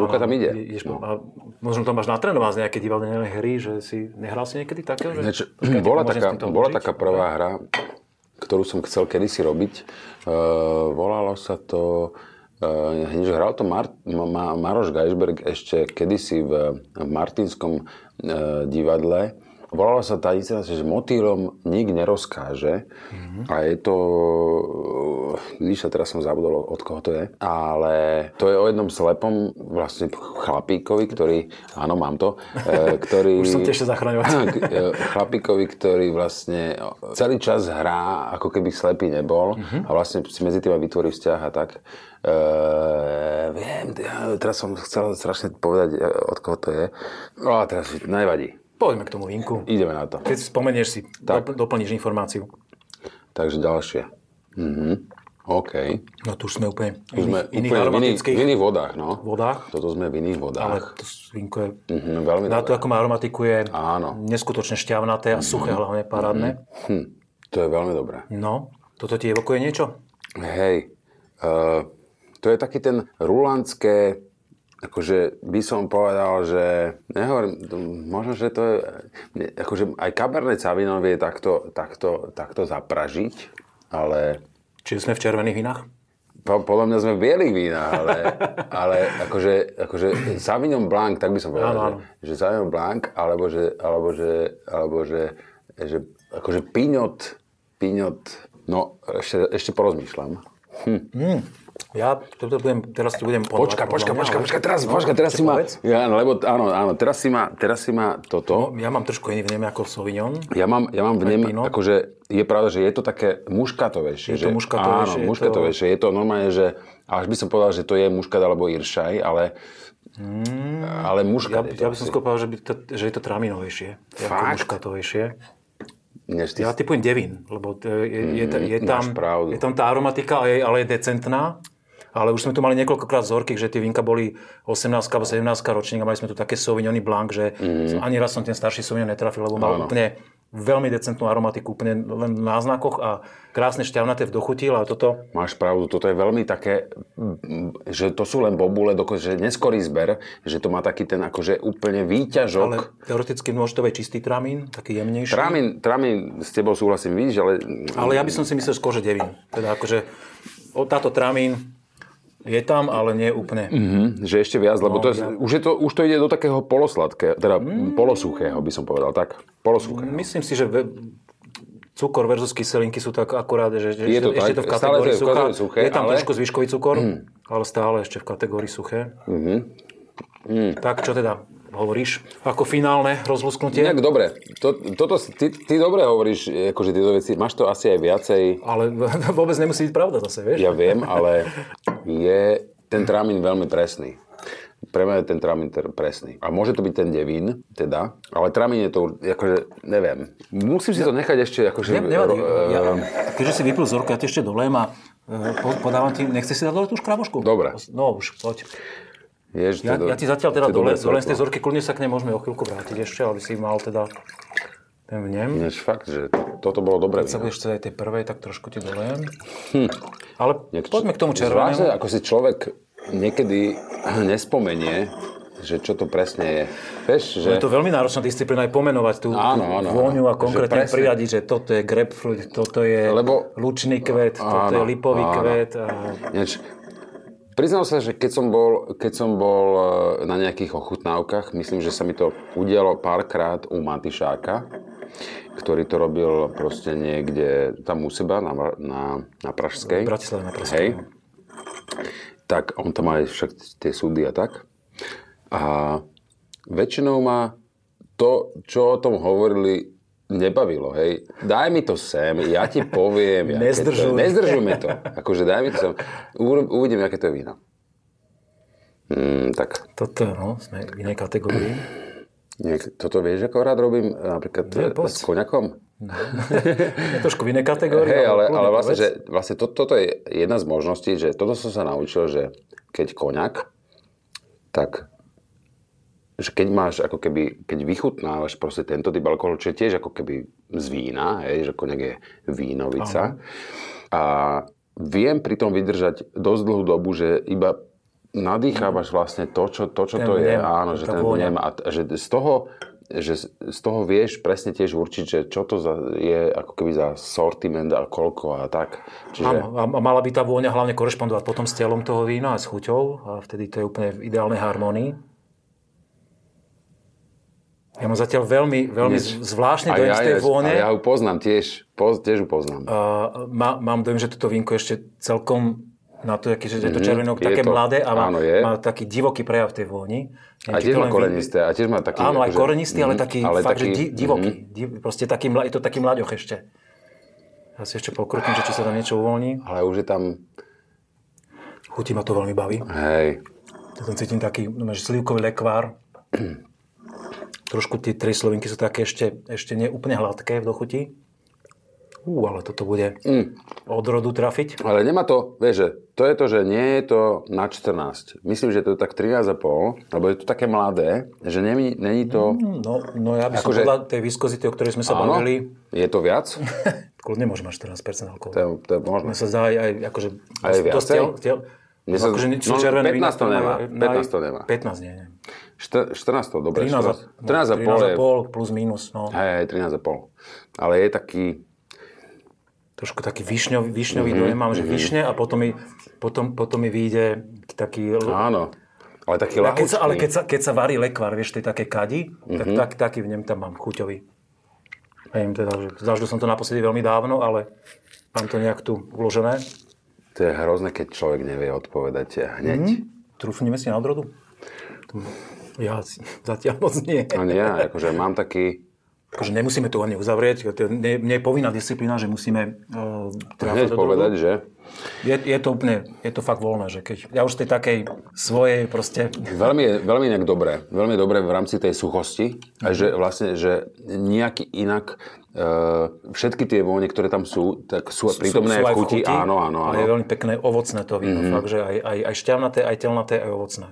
ruka tam ide.
Je- Ideš, no. a možno to máš natrénovať z nejaké divadelné hry, že si nehral si niekedy takého? Že...
Ináč, hm,
Počkaj,
bola
môžem
taká,
s týmto
bola
užiť?
taká prvá hra, ktorú som chcel kedysi robiť. E, volalo sa to Eh, Hneď hral to Mar- Ma- Ma- Maroš Geisberg ešte kedysi v, v Martinskom eh, divadle. Volala sa tá inscenácia, že motýlom nik nerozkáže. Mm-hmm.
Mhm.
A je to... e, Líša, teraz som zabudol, od koho to je. Ale to je o jednom slepom vlastne chlapíkovi, ktorý... Áno, mám to. eh, Ktorý...
Už som tiež zachraňoval.
K- e, chlapíkovi, ktorý vlastne celý čas hrá, ako keby slepý nebol
Mhm.
a vlastne si medzi tým aj vytvorí vzťah a tak. E, viem, t- ja teraz som chcel strašne povedať, e, od koho to je. No a teraz nevadí.
Poďme k tomu vinku.
Ideme na to.
Keď si spomenieš si, dopl- doplníš informáciu.
Takže ďalšie. Mhm. OK.
No tu už sme úplne
Už sme úplne v
v iných, iných
iných,
aromatických
v iných vodách, no.
vodách.
Toto sme v iných vodách.
Ale to s- vinko je...
Mhm, veľmi
Na
dobre.
to, ako má aromatiku, je
Áno. Mhm.
neskutočne šťavnaté a suché hlavne, parádne.
Hm. To je veľmi dobré.
No, toto ti evokuje niečo?
Hej, uh, to je taký ten rulandské, akože by som povedal, že nehovorím, to- možno, že to je, ne, akože aj Cabernet Sauvignon vie takto, takto, takto zapražiť, ale
Čiže sme v červených vinách?
po, podľa mňa sme v bielých vínach, ale, ale akože, akože Sauvignon Blanc, tak by som povedal,
Áno,
že, že Sauvignon Blanc, alebo že, alebo že, alebo že, že akože Pinot, Pinot, no ešte, ešte porozmýšľam.
Ja to, to budem, teraz ti budem ponovať.
Počka, počka,
podľa mňa,
počka,
ale-
počka, teraz, počka, teraz si ma...
No, povedz.
Ja, no, lebo, áno, áno, teraz si ma, teraz si ma toto.
Ja mám trošku iný vnem ako Sauvignon.
Ja mám, ja mám v nem,
Pinot.
akože je pravda, že je to také muškatovejšie.
Je to
že-
muškatovejšie, je
Áno,
to-
muškatovejšie. Je to normálne, že až by som povedal, že to je muškat alebo iršaj, ale, ale
Mm, Ja,
muškat je to.
ja by som skôr povedal, že, by to, že je to tráminovejšie. Je ako
Fakt?
muškatovejšie.
Než ty,
Ja typujem devín, lebo t- je, je, ta- je,
Mm, máš
tam,
pravdu.
je tam tá aromatika, ale je, ale je decentná. Ale už sme tu mali niekoľkokrát vzorky, že tie vinka boli 18 alebo 17 ročník a mali sme tu také Sauvignony Blanc, že som, ani raz som ten starší Sauvignon netrafil, lebo mal
Mm. Áno.
úplne veľmi decentnú aromatiku, úplne len v náznakoch a krásne šťavnaté v dochutí, ale toto
máš pravdu, toto je veľmi také, mm, že to sú len bobule, dokonca, že neskorý zber, že to má taký ten akože úplne výťažok.
Ale teoreticky môže to byť čistý tramín, taký jemnejší.
Tramín, tramín, s tebou súhlasím, vidíš, ale...
Ale ja by som si myslel skôr, že devín. Teda akože o, táto tramín je tam, ale nie úplne.
Mhm, že ešte viac,
No,
lebo to je, už, je to, už to ide do takého polosladkého, teda
Mm.
polosuchého by som povedal, tak, polosuchého.
Myslím si, že ve, cukor versus kyselinky sú tak akurát, že, že
Je to tak,
ešte to v
stále to je
kategórii
v
suchá.
kategórii suché,
je tam
ale- Mm.
trošku zvyškový cukor, ale stále ešte v kategórii suché.
Mhm. Mm.
Tak čo teda hovoríš? Ako finálne rozlusknutie?
Inak dobre, to, toto, si- ty, ty dobre hovoríš, akože tieto veci, máš to asi aj viacej,
Ale vôbec nemusí byť pravda zase, vieš?
ja viem, ale je ten tramín veľmi presný. Pre mňa je ten tramín ter- presný. A môže to byť ten devín, teda, ale tramín je to, akože, neviem. Musím si to nechať ešte, akože...
Ne, nevadí.
ro-
Ja,
ehm,
keďže si vypil zorku, ja ti ešte dolejem a e, po- podávam ti, nechceš si dať dole tú škrabošku?
Dobre.
No už, poď.
Jež, to
Ja,
je do-
ja ti zatiaľ teda
to je dobré
dole, dole z tej
svetlo.
zorky, kľudne sa k nej môžeme o chvíľku vrátiť ešte, aby si mal teda ten vnem.
Ináč fakt, že to, toto bolo dobré.
Keď sa
víno.
budeš chcieť aj tej prvej, tak trošku ti dolejem.
Hm.
Ale poďme k tomu
Zvláštne,
červenému.
ako si človek niekedy nespomenie, že čo to presne je. Vieš, že...
Je to veľmi náročná disciplína aj pomenovať tú,
Áno,
tú
áno, áno.
vôňu a
Že
konkrétne
presne.
priradiť, že toto je grapefruit, toto je
Lebo-
lučný kvet, toto je
Áno,
lipový
áno.
kvet. A...
Ináč, priznal sa, že keď som, bol, keď som bol eh, na nejakých ochutnávkach, myslím, že sa mi to udialo párkrát u Matišáka, ktorý to robil proste niekde tam u seba na, Vra- na, na Pražskej.
V Bratislave na Pražskej,
Hej. Tak on tam má aj však tie súdy a tak. A väčšinou ma to, čo o tom hovorili, nebavilo, hej. Daj mi to sem, ja ti poviem. aké to je.
Nezdržuj.
Nezdržuj mi to. Akože daj mi to sem. Uru- Uvidím, aké to je víno. Mm, tak,
Toto, no, sme v inej kategórii.
niek- toto vieš, ako rád robím napríklad Nie,
Nie, poď.
s koňakom?
Je trošku v inej kategórii.
Hej, ale, ale
kľudne
vlastne,
povedz.
že, vlastne to, toto je jedna z možností, že toto som sa naučil, že keď koňak, tak že keď máš ako keby, keď vychutnávaš proste tento typ alkoholu, čo je tiež ako keby z vína, hej, že koňak je vínovica. A viem pritom vydržať dosť dlhú dobu, že iba nadýchávaš vlastne to, čo to, čo
Mm. Ten
to je.
vnem,
Áno, že
tá
ten
vôňa.
vnem a t- že z toho že z toho vieš presne tiež určiť, že čo to za, je ako keby za sortiment a koľko a tak.
Áno, a a mala by tá vôňa hlavne korešpondovať potom s telom toho vína a s chuťou a vtedy to je úplne v ideálnej harmonii. Ja mám zatiaľ veľmi, veľmi
Nič.
zvláštny
A
dojem
ja,
z tej
ja,
vône. Ehm,
a ja ju poznám tiež, poz, tiež ju poznám.
A má, mám dojem, že toto vínko ešte celkom na to, aký- že je to červenok
Mhm, je
také
to.
mladé a má,
Áno, je.
má taký divoký prejav tej vôni.
A
Neviem, či
tiež
to
má
len vy-
korenisté, a tiež má taký...
Áno, aj
akože-
korenistý, ale
Mhm,
taký fakt, že di, divoký. Di, proste taký, mla- je to taký mlaďoch ešte. Ja si ešte pokrutím, že či sa tam niečo uvoľní.
Ale už je tam,
Chutí ma to veľmi baví.
hej,
Ja tam cítim taký no, že slivkový lekvár. Trošku tie tri slovinky sú také ešte, ešte nie úplne hladké v dochuti. Ú, ale toto bude
Mm.
odrodu trafiť.
Ale nemá to, vieš, že to je to, že nie je to na 14. Myslím, že to je tak 13,5, lebo je to také mladé, že není, není to...
No, no ja by som
Akože-
podľa tej viskozity, o ktorej sme sa
Áno,
bavili,
je to viac?
kľudne môže mať 14%
To je,
alkoholu.
to je možné.
Mne sa zdá aj, aj akože...
Aj
dosť- dosť
viacej?
tiel, tiel,
Mne sa-
akože sú
no,
červené
15
vína,
to nemá,
majú-
15 to nemá.
15 nie, nie.
Št- 14, dobre.
13, a-
14,5 je...
13,5 plus minus, no.
Hej, hej, 13,5. Ale je taký...
trošku taký višňový,
Mhm,
višňový dojem, mám, že višne a potom mi, potom, potom mi vyjde taký... l-
Áno. Ale taký
A keď
ľahučký.
sa, ale keď sa, keď sa varí lekvár, vieš, tej také kadi, tak,
Mhm.
tak, taký v nem tam mám, chuťový. Neviem teda, že zažil som to naposledy veľmi dávno, ale mám to nejak tu uložené.
To je hrozné, keď človek nevie odpovedať
Mhm.
hneď.
Trúfneme si na odrodu? Ja si- zatiaľ moc nie.
Mm. Ani ja, akože mám taký...
Akože nemusíme to ani uzavrieť, to nie, nie je povinná disciplína, že musíme uh,
Hneď povedať, že
Je, je to úplne, je to fakt voľné, že keď ja už tej takej svojej proste...
Veľmi, je- veľmi inak dobré. Veľmi dobré v rámci tej suchosti. A
Mhm.
že vlastne, že nejaký inak e, všetky tie vône, ktoré tam sú, tak sú, prítomné aj
sú aj
v chuti. Áno, áno, Mhm.
Ale je
áno.
veľmi pekné, ovocné to víno. Mm-hmm. Fakt, že aj, aj, aj šťavnaté, aj telnaté, aj ovocné.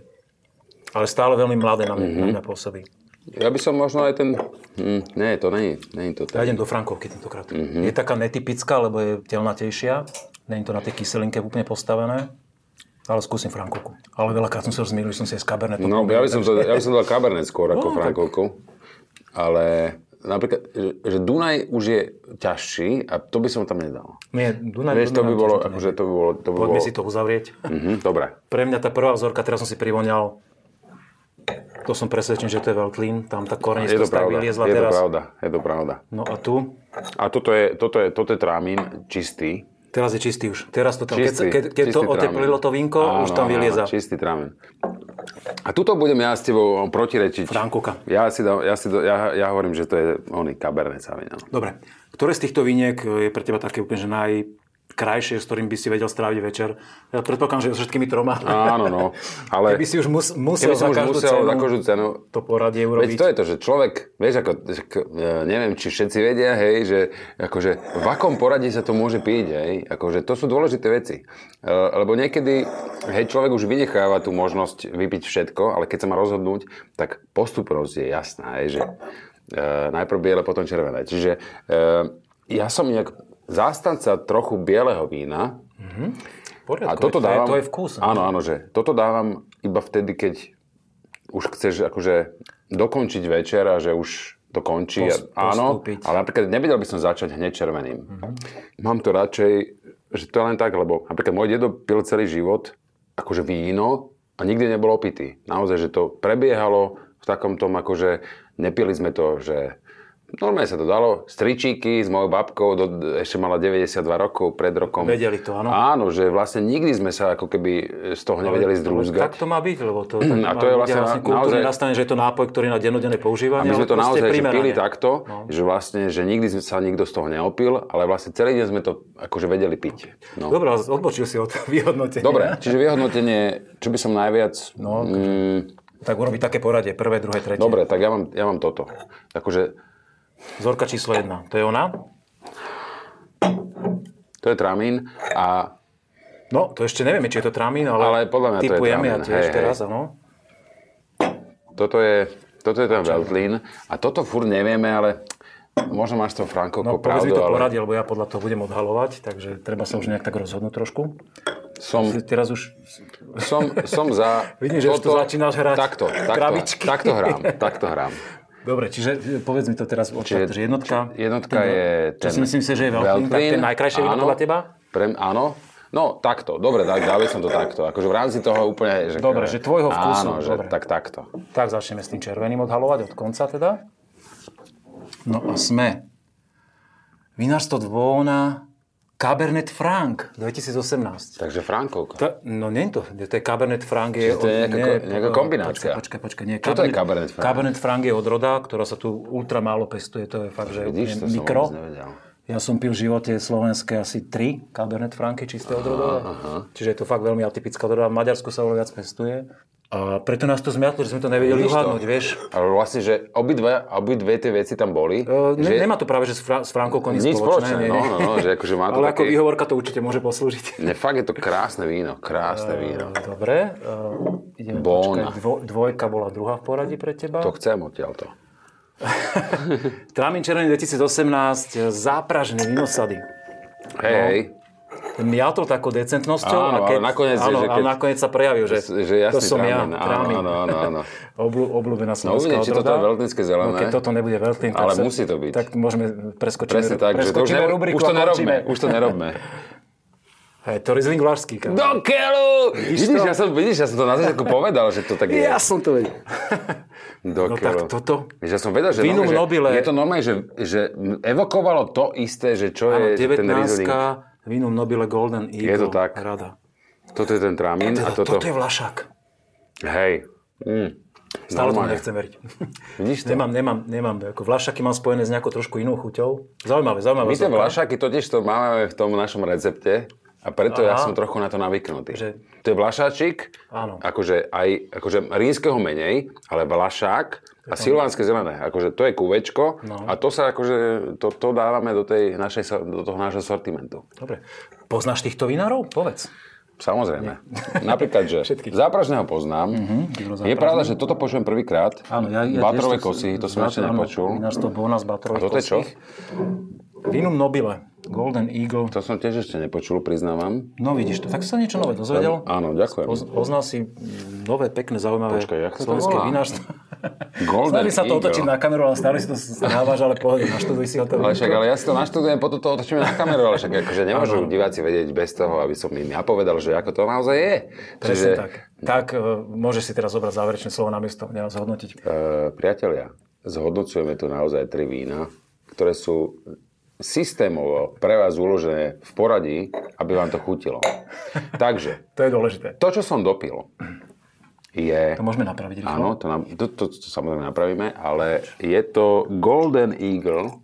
Ale stále veľmi mladé na mňa, mm-hmm.
Mhm.
na mňa pôsobí.
Ja by som možno aj ten... Hm, nie, to není. Není to
Ja
ten.
idem do Frankovky tentokrát.
Mhm.
Mm-hmm. Je taká netypická, lebo je telnatejšia. Není to na tej kyselinke úplne postavené. Ale skúsim Frankovku. Ale veľakrát som sa rozmýlil, že som si aj z Cabernetom
No, ja by som, to, ja by som dal Cabernet skôr ako
No, tak-
Frankovku. Ale napríklad, že, že Dunaj už je ťažší a to by som tam nedal.
Nie, Dunaj,
Vieš, to
Dunaj
by
tiež
bolo,
nie.
akože to by bolo... To by
Poďme
bolo...
si to uzavrieť.
Mhm, dobre.
Pre mňa tá prvá vzorka, teraz som si privoňal, to som presvedčený, že to je Veltlín, tam tá
Je to
kornistosť tak
pravda,
vyliezla
je to
teraz.
pravda, je to pravda.
No a tu,
A toto je, toto je, toto je trámín čistý.
teraz je čistý už. Teraz to tam, No, keď, sa-
Čistý,
keď, keď to
čistý trámín.
oteplilo to vínko,
Áno,
už tam
áno,
vylieza.
áno, Čistý trámín. A tuto budem ja s tebou protirečiť.
Frankuka.
Ja, si dám, ja, si do, ja, ja hovorím, že to je oný Cabernet Sauvignon.
Dobre, ktoré z týchto viniek je pre teba také úplne, že najkrajšie, s ktorým by si vedel stráviť večer? Ja predpokladám, že so všetkými troma.
Áno, no. Ale
Keby si už mus, musel
keby som
za
už
každú
musel
cenu
za každú cenu
to poradie
Veď
urobiť.
to je to, že človek, vieš, ako, k- e, neviem, či všetci vedia, hej, že akože v akom poradí sa to môže piť, hej, akože to sú dôležité veci. E, Lebo niekedy, hej, človek už vynecháva tú možnosť vypiť všetko, ale keď sa má rozhodnúť, tak postupnosť je jasná, hej, že e, najprv biele, potom červené. Čiže e, ja som nejak zástanca trochu bieleho vína,
V
a
poriadku,
toto
veď to je-
dávam...
To je vkus.
Áno, áno, že toto dávam iba vtedy, keď už chceš akože dokončiť večer a že už to končí.
Pos-
a, áno,
postúpiť.
ale napríklad nevedel by som začať hneď červeným.
Mhm.
Mám to radšej, že to je len tak, lebo napríklad môj dedo pil celý život akože víno a nikdy nebol opitý. Naozaj, že to prebiehalo v takom tom, akože nepili sme to, že normálne sa to dalo. Stričíky s mojou babkou, do, ešte mala 92 rokov pred rokom.
Vedeli to, áno.
Áno, že vlastne nikdy sme sa ako keby z toho nevedeli
Tak
zdrúzgať.
to má byť, lebo to, tak
A
má
to je
ľudia
vlastne na-
kultúrne
naozaj-
nastane, že je to nápoj, ktorý na dennodenné
A
používanie.
my sme to
ale No, proste
naozaj že
primerane. No.
pili takto, že vlastne, že nikdy sme- sa nikto z toho neopil, ale vlastne celý deň sme to akože vedeli piť. No.
Dobre, ale odbočil si od vyhodnotenia.
Dobre, čiže vyhodnotenie, čo by som najviac...
No,
mm,
Tak urobi také poradie, prvé, druhé, tretie.
dobre, tak ja mám, ja mám toto. Akože,
Zorka číslo jedna, to je ona.
to je tramín a
No, to ešte nevieme, či je to tramín, ale,
Ale podľa mňa to je
typujem ja
tramín,
tiež
hej,
teraz,
hej.
áno.
toto je, toto je ten Veltlín a toto fur nevieme, ale možno máš to Frankovko
No, povedz
pravdu,
mi to
ale
poradie, lebo ja podľa toho budem odhalovať, takže treba sa už nejak tak rozhodnúť trošku.
som,
Teraz už...
som, som za
Vidím, že už tu začínáš hrať
Takto, takto,
krabičky.
takto hrám, takto hrám.
Dobre, čiže e, povedz mi to teraz od
Čiže-
že jednotka.
či- jednotka
ten-
je
Čo
ten
si myslím si, že je Veltlín, tak ten najkrajšie víno
áno.
podľa teba?
Pre, m- áno. No, takto. Dobre, tak, dal by som to takto. Akože v rámci toho úplne... Že,
Dobre, že tvojho vkusu,
Áno, že
dobre.
tak takto.
Tak začneme s tým červeným odhalovať od konca teda. No a sme. Vinárstvo dvóna Cabernet Franc 2018.
Takže Frankovka.
To, no nie je to, to je Cabernet Franc. Je,
Čiže to je
od-
nejaká ko- nejaká kombinácia.
Počkaj, počkaj, počkaj. Nie,
Čo to je Cabernet Franc?
Cabernet Franc je odroda, ktorá sa tu ultra málo pestuje, to je fakt, že
Vidíš,
úplne
to som
mikro.
vôbec nevedel.
Ja som pil v živote slovenské asi 3 Cabernet Franky čisté odrodové. Čiže je to fakt veľmi atypická odroda. V Maďarsku sa oveľa viac pestuje. A preto nás to zmiatlo, že sme to nevedeli
Vidíš to?
uhádnuť, vieš.
Ale vlastne, že obidve, obidve tie veci tam boli.
E, Ne,
že
Nemá to práve že s, Fra- s Frankovkou
nič
nič,
spoločné.
nie,
No,
nie.
no, no, že akože má to
Ale ako
také...
výhovorka to určite môže poslúžiť.
Ne, fakt je to krásne víno, krásne
E.
víno.
Dobre, uh, ideme
Bona.
počkať. Dvo, dvojka bola druhá v poradí pre teba.
To chcem odtiaľto.
No, Trámin červený 2018, zápražné vinosady.
Hej, hej.
Miatol takou decentnosťou.
Áno,
a keď,
ale nakoniec je,
áno,
že
ale
keď-
nakoniec sa prejavil, že,
Že
to
jasný
som
trámen,
ja,
áno,
trámin.
áno, áno, áno. No,
Obľú, obľúbená slovenská
uvidím, či toto je veltlínske zelené.
No, keď toto nebude veltlín,
Ale
tak, sa-
musí to byť.
tak môžeme preskočiť.
Presne tak, že to už,
preskočíme
ne,
rubriku
už to
a
nerobme,
končíme.
už to nerobme. No,
Hej, to Riesling Vlašský. kámo.
Do keľu! Vidíš,
to?
ja som, vidíš, ja som to na začiatku povedal, že to tak je.
Ja som to vedel.
Do
No
keľu.
tak toto.
Víš, ja som vedel, že,
Vinum
normálne, že
nobile.
je to normálne, že, že evokovalo to isté, že čo je
Áno,
ten Riesling.
19 Vinum Nobile Golden
to
Eagle.
tak.
Rada.
Toto je ten trámin a
Teda, toto.
toto...
je Vlašák.
Hej. Mm.
Stále tomu
Normálne.
nechcem veriť.
Vidíš to?
Nemám, nemám, nemám. Ako Vlašaky mám spojené s nejakou trošku inou chuťou. Zaujímavé, zaujímavé.
My tie vlašaky totiž to máme v tom našom recepte a preto ja som trochu na to navyknutý.
Že-
To je vlašáčik,
Áno.
akože aj akože rínskeho menej, ale vlašák a silvánske zelené. Akože to je kuvečko
No.
a to sa akože, to, to dávame do, tej našej, so- do toho nášho sortimentu.
Dobre. Poznáš týchto vinárov? Povedz.
Samozrejme. Napríklad, že
Všetkých.
zápražného poznám. je
zápražné.
pravda, že toto počujem prvýkrát. Batrové kosy, to som ešte nepočul.
Vinárstvo Bona z
A
Batrových
toto je čo?
kosích. Vinum Nobile, Golden Eagle.
To som tiež ešte nepočul, priznávam.
No vidíš to, tak si sa niečo nové dozvedel.
Áno, ďakujem.
Poz- Poznal si nové, pekné, zaujímavé
Počkaj, jak sa to
slovenské
volá?
vinárstvo.
Golden
Snažím sa to
Eagle.
otočiť na kameru, ale stále si to stávaš, ale pohľad, naštuduj si ho to.
Ale však, ale ja si to naštudujem, potom to otočíme na kameru, ale však akože nemôžu diváci vedieť bez toho, aby som im ja povedal, že ako to naozaj je.
Presne tak. Tak e, môžeš si teraz zobrať záverečné slovo na miesto, mňa zhodnotiť.
e, priatelia, zhodnocujeme tu naozaj tri vína, ktoré sú systémovo pre vás uložené v poradí, aby vám to chutilo. Takže,
To je dôležité.
to, čo som dopil, je...
To môžeme napraviť rýchlo.
Áno, to, nám, to, to, to samozrejme napravíme, ale je to Golden Eagle,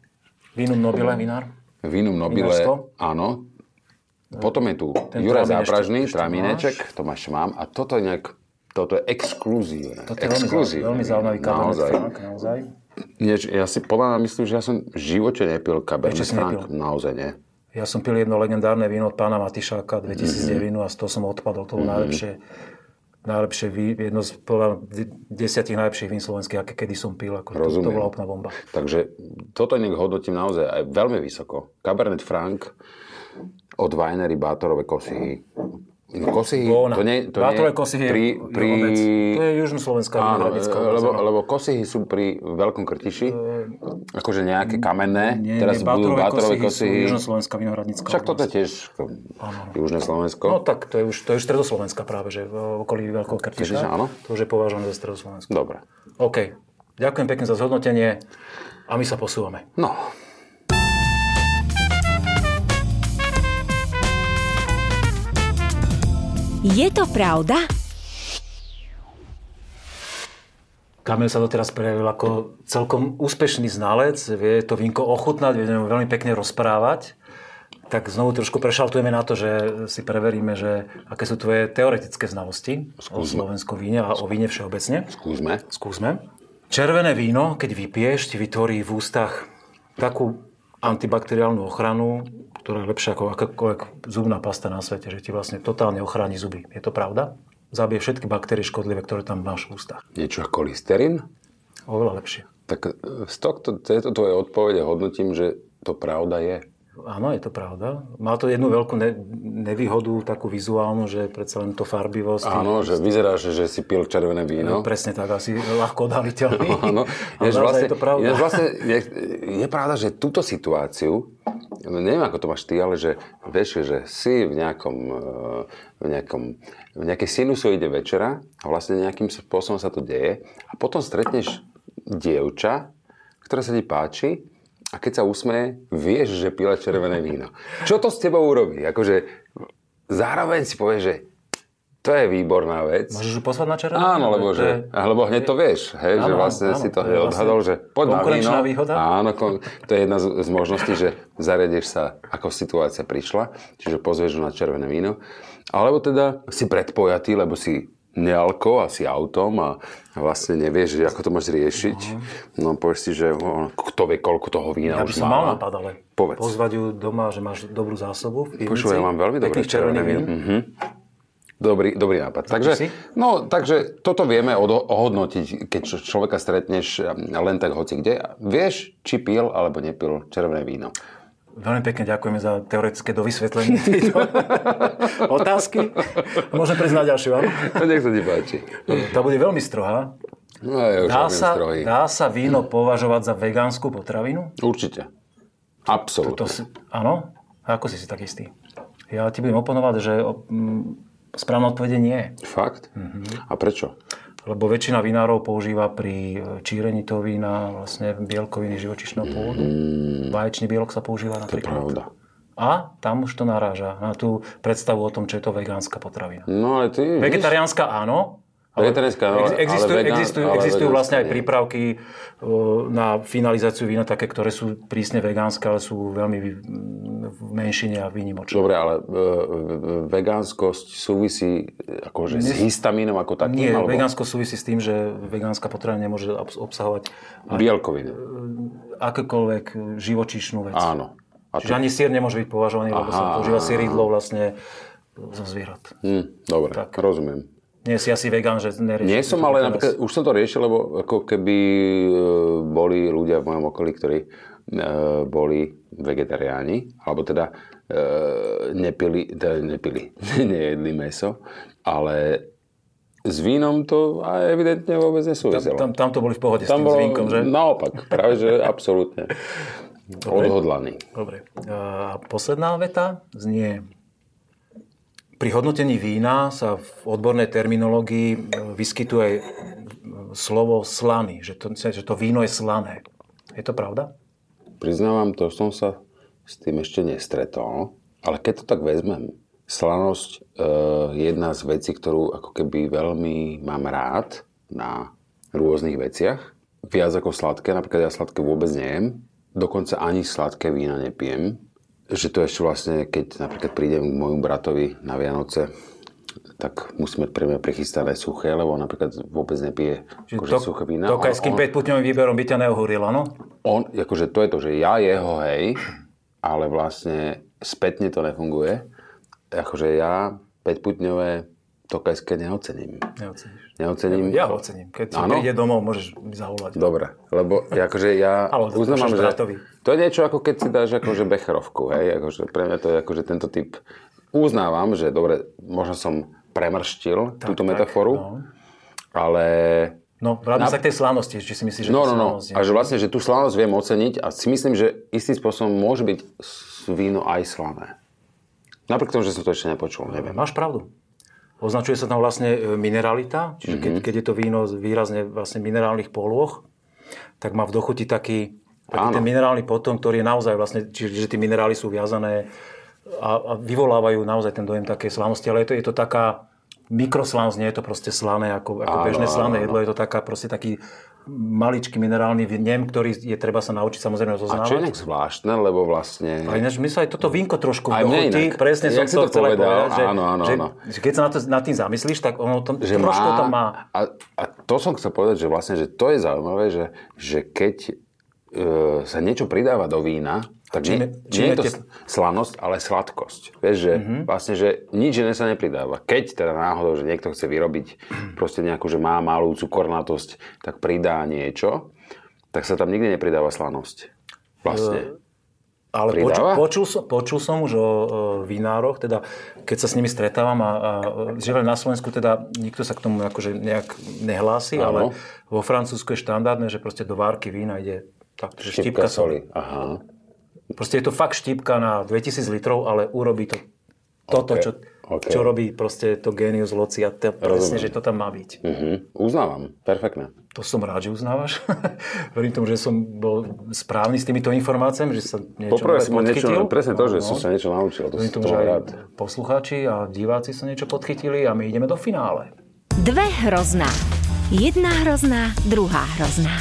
Vinum Nobile, vinár.
Vinum Nobile,
Vinárstvo?
áno. Potom je tu Juraj
trámin ešte-
Zápražný,
ešte
Tramineček, Tomáš Mám a toto je nejak, toto je exkluzívne.
To je veľmi, zau- veľmi zaujímavý kabernet
naozaj.
Frank, naozaj.
Nieč, ja si podľa mňa myslím, že ja som v živote nepil Cabernet
Prečo si
Franc, naozaj nie.
Ja som pil jedno legendárne víno od pána Matišáka 2009
Mhm.
a z toho som odpadol. To bolo najlepšie, najlepšie vín, jedno z podľa d- desiatich najlepších vín slovenských, aké kedy som pil. Ako, to, to
Rozumiem.
bola úplná bomba.
Takže toto inak hodnotím naozaj aj veľmi vysoko. Cabernet Franc od Winery Bátorové Kosihy. Kosihy,
Bóna.
to nie, to nie,
Bátorové kosihy je,
pri,
je
pri,
obec. To je južnoslovenská no.
Áno, e,
vinohradická obec,
lebo,
áno.
lebo kosihy sú pri Veľkom Krtiši, akože nejaké kamenné,
Ehm, Nie,
teraz
nie,
budú Bátorové
sú
kosihy.
južnoslovenská vinohradnická
Však toto
oblasť.
je tiež ako, Južné
No
Slovensko.
tak, to je už, to je už stredoslovenská práve, že v okolí Veľkého Krtiša.
Krtiša, áno.
To už je považované za stredoslovenské.
Dobre.
OK. Ďakujem pekne za zhodnotenie a my sa posúvame.
No,
Je to pravda?
Kamil sa doteraz prejavil ako celkom úspešný znalec, vie to vínko ochutnať, vie o ňom veľmi pekne rozprávať. Tak znovu trošku prešaltujeme na to, že si preveríme, že aké sú tvoje teoretické znalosti o slovenskom víne a o víne všeobecne.
skúsme.
Skúsme. Červené víno, keď vypiješ, ti vytvorí v ústach takú antibakteriálnu ochranu, ktorá je lepšia ako akákoľvek zubná pasta na svete, že ti vlastne totálne ochráni zuby. Je to pravda? Zabije všetky baktérie škodlivé, ktoré tam máš v ústach.
Niečo ako listerín?
Oveľa lepšie.
Tak e, z tohto, tejto tvojej odpovede hodnotím, že to pravda je.
Áno, je to pravda. Má to jednu veľkú ne- nevýhodu takú vizuálnu, že predsa len to farbivosť.
Áno, že vyzeráš, že si pil červené víno.
Presne tak, asi ľahko odhaliteľný.
Áno,
Ale
ináč
naozaj
vlastne,
je to pravda.
ináč vlastne je, je pravda, že túto situáciu, no neviem ako to máš ty, ale že vieš, že si v nejakom, eh, v nejakom v nejakej sinusoide večera a vlastne nejakým spôsobom sa to deje a potom stretneš dievča, ktoré sa ti páči a keď sa usmeje, vieš, že pila červené víno. Čo to s tebou urobí? Akože zároveň si povieš, že to je výborná vec.
Môžeš ju pozvať na červené?
Áno, lebo,
To je-
že, lebo hneď to vieš, hej,
Áno,
že
áno,
vlastne
áno,
si to
to je
hneď
vlastne
odhadol, že poď na víno.
konkurenčná výhoda.
Áno, kon- to je jedna z, z možností, že zariadeš sa, ako situácia prišla, čiže pozvieš ju na červené víno. Alebo teda si predpojatý, lebo si nealko a si autom a a vlastne nevieš, že ako to máš riešiť. No povieš si, že o, kto vie, koľko toho vína
Ja by
už
som mal
má.
napad, ale
Povedz.
pozvať ju doma, že máš dobrú zásobu v pivnici.
Počúvaj, ja mám veľmi dobré Mhm.
Pekných červených
červené
vín.
víno. Dobrý, dobrý nápad.
si?
Takže, no, takže toto vieme odo- ohodnotiť, keď č- človeka stretneš um, len tak hoci kde. Vieš, či pil alebo nepil červené víno.
Veľmi pekne ďakujeme za teoretické dovysvetlenie tejto otázky. Môžem prejsť na ďalšiu, áno?
No, nech sa ti páči.
Tá bude veľmi strohá.
No, ja už
Dá
robím
sa,
strohy.
dá sa víno považovať za vegánsku potravinu?
Určite.
To
Absolútne.
si, áno? A ako si si tak istý? Ja ti budem oponovať, že mm, správna odpovede nie.
Fakt?
Mhm.
A prečo?
Lebo väčšina vinárov používa pri e, čírení toho vína vlastne bielkoviny živočišného pôvodu. Vaječný bielok sa
Mm. To
používa
je
napríklad.
pravda.
A tam už to naráža na tú predstavu o tom, čo je to vegánska potravina.
No, ale ty... vidíš,
Vegetariánska áno, ale
Vegetariánska, ale- ale
existujú,
vegán-
existujú,
ale
existujú
vegánska
vlastne aj
nie.
prípravky e, na finalizáciu vína, také, ktoré sú prísne vegánske, ale sú veľmi vy- m, v menšine a výnimočné.
Dobre, ale e, v- v- vegánskosť súvisí e, akože s histamínom ako takým?
Nie,
alebo
vegánsko súvisí s tým, že vegánska potravina nemôže obs- obsahovať
bielkoviny.
akékoľvek živočíšnu vec.
Áno. A
Čiže ani sír nemôže byť považovaný,
Aha.
lebo sa používa síridlo vlastne zo zvierat.
Hm, dobre,
Tak.
rozumiem.
Nie si asi vegán, že nerieš.
Nie som, ale napríklad, už som to riešil, lebo ako keby e, boli ľudia v mojom okolí, ktorí e, boli vegetariáni, alebo teda e, nepili, teda nepili, nejedli meso, ale s vínom to aj evidentne vôbec nesúviselo.
Tam, tam to boli v pohode s tým
bolo Mm.
zvinkom, že?
naopak, práve že absolútne odhodlaný.
Dobre. A posledná veta znie. Pri hodnotení vína sa v odbornej terminológii e, vyskytuje slovo slaný, že to, že to víno je slané. Je to pravda?
Priznávam, to som sa s tým ešte nestretol, ale keď to tak vezmem, slanosť e, je jedna z vecí, ktorú ako keby veľmi mám rád na rôznych veciach. Viac ako sladké, napríklad ja sladké vôbec nejem, dokonca ani sladké vína nepijem. Že to ešte vlastne, keď napríklad prídem k môjmu bratovi na Vianoce, tak musí mať pre mňa prichystané suché, lebo on napríklad vôbec nepije akože suché vína. On-
Tokajským
on-
päťputňovým výberom no? by ťa neuhúril, áno?
on, akože to je to, že ja jeho, hej, ale vlastne spätne to nefunguje. Akože ja peťputňové tokajské neocením.
Neoceníš.
Neocením.
Ja ho ocením. Keď ti
Áno.
príde domov, môžeš mi zavolať.
Dobre, lebo akože ja
Ale to
uznávam,
skúšaš
že
bratovi.
to je niečo ako keď si dáš akože becherovku, hej, akože pre mňa to je akože tento typ. Uznávam, že dobre, možno som premrštil
Tak,
túto
tak,
metaforu,
no.
ale
No, vrátim sa k tej slanosti, či si myslíš, že
No,
tá
no, no.
slanosť je-
A že vlastne, že tú slanosť viem oceniť a si myslím, že istým spôsobom môže byť s- víno aj slané. Napriek tomu, že som to ešte nepočul, neviem.
Máš pravdu. Označuje sa tam vlastne e, mineralita, čiže
Mhm.
keď, keď je to víno z výrazne vlastne minerálnych polôch, tak má v dochuti taký, taký
Áno.
ten minerálny potom, ktorý je naozaj vlastne, čiže že tie minerály sú viazané a, a vyvolávajú naozaj ten dojem takej slanosti, ale je to, je to taká mikroslanosť, nie je to proste slané ako, ako
Áno,
bežné
áno,
slané
áno.
jedlo, je to taká proste taký maličký minerálny vnem, ktorý je treba sa naučiť
A
samozrejme
čo je
rozoznávať.
nejak zvláštne, lebo vlastne...
Ale ináč my sa aj toto vínko trošku
Aj mne
dochutí,
inak.
presne
Jak
som
si
to
to
chcel aj
povedal,
povedať, že,
áno, áno,
že,
áno.
že keď sa na to, nad tým zamyslíš, tak ono to,
že
trošku
má,
to má.
A, a to som chcel povedať, že vlastne, že to je zaujímavé, že, že keď e, sa niečo pridáva do vína, tak
čím
nie,
je- čím
nie
je Mhm.
je to
tep-
s- slanosť, ale sladkosť. Vieš, že vlastne, že nič iné sa nepridáva. Keď teda náhodou, že niekto chce vyrobiť proste nejakú, že má malú cukornatosť, tak pridá niečo, tak sa tam nikdy nepridáva slanosť. Vlastne.
Ale poču,
Pridáva?
počul, som, počul som už o e, vinároch, teda keď sa s nimi stretávam a, a e, že vraj na Slovensku teda nikto sa k tomu akože nejak nehlási,
Áno.
ale vo Francúzsku je štandardné, že proste do várky vína ide tak, že štipka soli.
Aha.
Proste je to fakt štipka na 2000 litrov, ale urobí to toto,
Ok,
čo,
ok.
čo robí proste to genius loci a to, presne,
Rozumiem.
že to tam má byť.
Mhm. Uznávam. Perfektné.
To som rád, že uznávaš. Verím tomu, že som bol správny s týmito informáciami, že sa niečo
Poprvé
nové
som niečo,
podchytil.
presne to, že
No,
som sa niečo naučil. To,
Verím
som
tomu, že
som
aj
rád.
poslucháči a diváci sa niečo podchytili a my ideme do finále.
Dve hrozná. Jedna hrozná, druhá hrozná.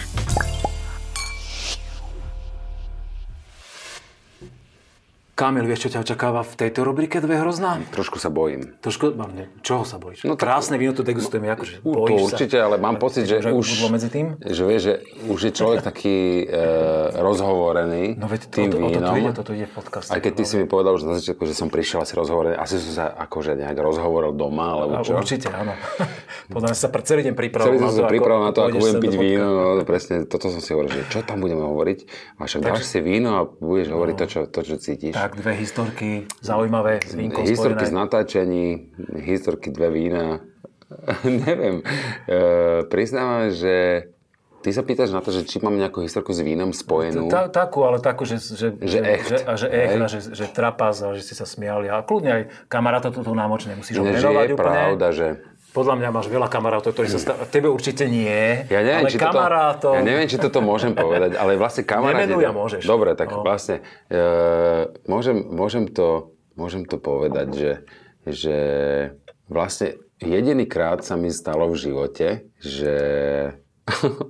Kamil, vieš, čo ťa očakáva v tejto rubrike Dve hrozná?
Trošku sa bojím.
Trošku, mám, ne, čoho sa bojíš?
No,
No, Krásne víno tu degustujeme, akože
To
bojíš
určite,
sa.
ale mám pocit, že
Akože
už...
budlo medzi tým?
Že vieš, že už je človek taký e, rozhovorený
No veď
tým
o, to, o toto
vínom.
ide, toto ide v podcaste. no.
Aj keď ty si mi povedal už na začiatku, že som prišiel asi rozhovorený, asi som sa akože nejak rozhovoril doma, alebo
A
čo?
Určite, áno. Podľa mňa sa pre celý deň pripravoval.
Celý som sa pripravil na to, ako budem
pôjdeš sem
piť
do
víno, no, presne toto som si hovoril, že čo tam budeme hovoriť, a však dáš si víno a budeš hovoriť to, čo, to, čo cítiš.
No. Tak, dve historky zaujímavé s vínkom
Historky z
spojené.
natáčení, historky dve vína. Neviem. E, priznávam, že ty sa pýtaš na to, že či mám nejakú historku s vínom spojenú.
Tá, takú, ale takú, že, že,
Že echt,
že, a že, echt,
hej?
a že, že trapas a že ste sa smiali. A kľudne aj kamaráta toto námoč nemusíš ho
Ne, že
menovať
je
úplne.
pravda, že...
Podľa mňa máš veľa kamarátov, ktorí sa stá... Tebe určite nie,
Ja neviem,
ale
či toto,
kamarátov...
ja neviem, či toto môžem povedať, ale vlastne kamaráti...
Nemenuj a môžeš.
Dobre, tak
No.
vlastne e, môžem, môžem, to, môžem to povedať, že, že vlastne jediný krát sa mi stalo v živote, že,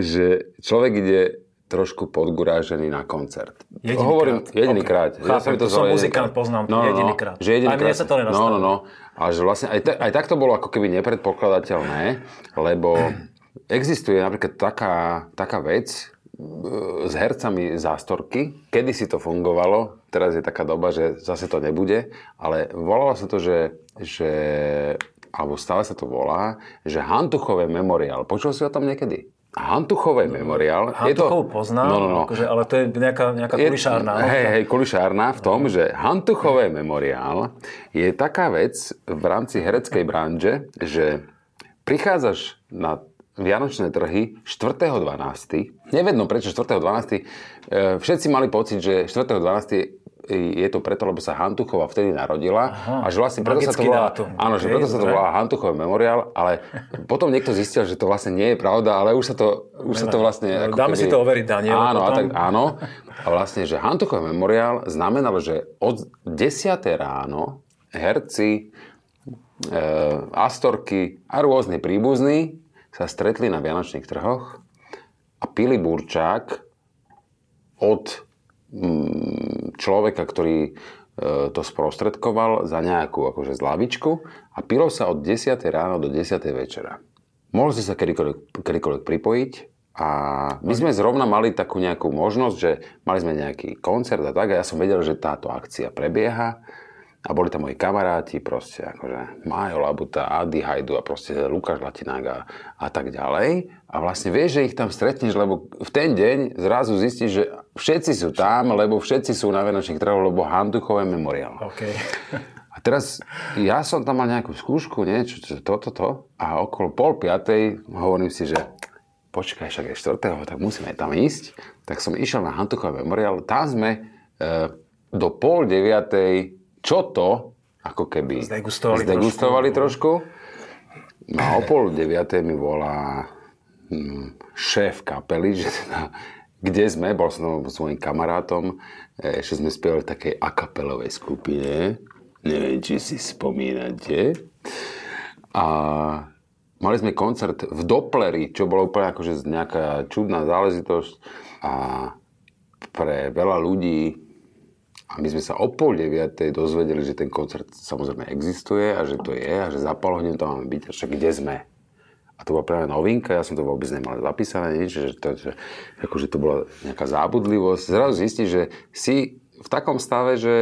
že človek ide trošku podgurážený na koncert.
Jedinýkrát.
Hovorím, jedinýkrát.
Ok, chápem, to som
stalo
muzikant,
jedinýkrát.
poznám to,
no, no, no,
jedinýkrát.
Že jedinýkrát.
Aj mne sa to nenastalo.
No, no, no. A že vlastne aj, ta, aj tak to bolo ako keby nepredpokladateľné, lebo existuje napríklad taká, taká vec e, s hercami zástorky. Kedy si to fungovalo, teraz je taká doba, že zase to nebude, ale volalo sa to, že, že alebo stále sa to volá, že Hantuchové memoriál. Počul si o tom niekedy? Hantuchové memoriál. je to-
Hantuchov poznám,
No, no, no.
Akože, ale to je nejaká, nejaká
Je-
kulišárna. no?
Hej, hej, kulišárna v tom, že Hantuchové memoriál je taká vec v rámci hereckej branže, že prichádzaš na Vianočné trhy 4.12. Nevedno prečo 4.12. E, Všetci mali pocit, že 4.12. je to preto, lebo sa Hantuchova vtedy narodila
Aha,
a že vlastne preto sa to
magický
volá,
dátum.
áno, že
Hej,
preto sa to
dobre.
volá Hantuchov memoriál, ale potom niekto zistil, že to vlastne nie je pravda, ale už sa to, už sa to vlastne... ako
No, Dáme si to overiť, Daniel,
Áno, a
potom.
tak, Áno. A vlastne, že Hantuchov memoriál znamenal, že od 10. ráno herci, e, astorky a rôzne príbuzní sa stretli na Vianočných trhoch a pili burčák od mm, človeka, ktorý e, to sprostredkoval za nejakú akože zľavičku a pilo sa od 10. ráno do 10. večera. Mohol si sa kedykoľvek, kedykoľvek pripojiť a my sme zrovna mali takú nejakú možnosť, že mali sme nejaký koncert a tak a ja som vedel, že táto akcia prebieha a boli tam moji kamaráti, proste akože Majo Labuta, Adi Hajdu a proste Lukáš Latinák a, a tak ďalej. A vlastne vieš, že ich tam stretneš, lebo v ten deň zrazu zistíš, že všetci sú tam, lebo všetci sú na Vianočných trhoch, lebo Hantuchové memoriál.
OK.
A teraz, ja som tam mal nejakú skúšku, niečo, čo, toto, to, to, a okolo pol piatej hovorím si, že počkaj, však je štvrtého, tak musíme tam ísť. Tak som išiel na Hantuchov memoriál, tam sme e, do pol deviatej, čo to, ako keby
Zdegustovali
zdegustovali trošku. No a o pol deviatej mi volá mm, šéf kapely, že teda, kde sme, bol som s mojim kamarátom, e, ešte sme spievali v takej akapelovej skupine, neviem, či si spomínate. A mali sme koncert v Dopleri, čo bolo úplne akože nejaká čudná záležitosť a pre veľa ľudí a my sme sa o pol deviatej dozvedeli, že ten koncert samozrejme existuje a že to je a že za pol hodinu tam máme byť. A však kde sme? A to bola práve novinka, ja som to vôbec nemal zapísané, nič, že to, že, akože to bola nejaká zábudlivosť. Zrazu zistíš, že si v takom stave, že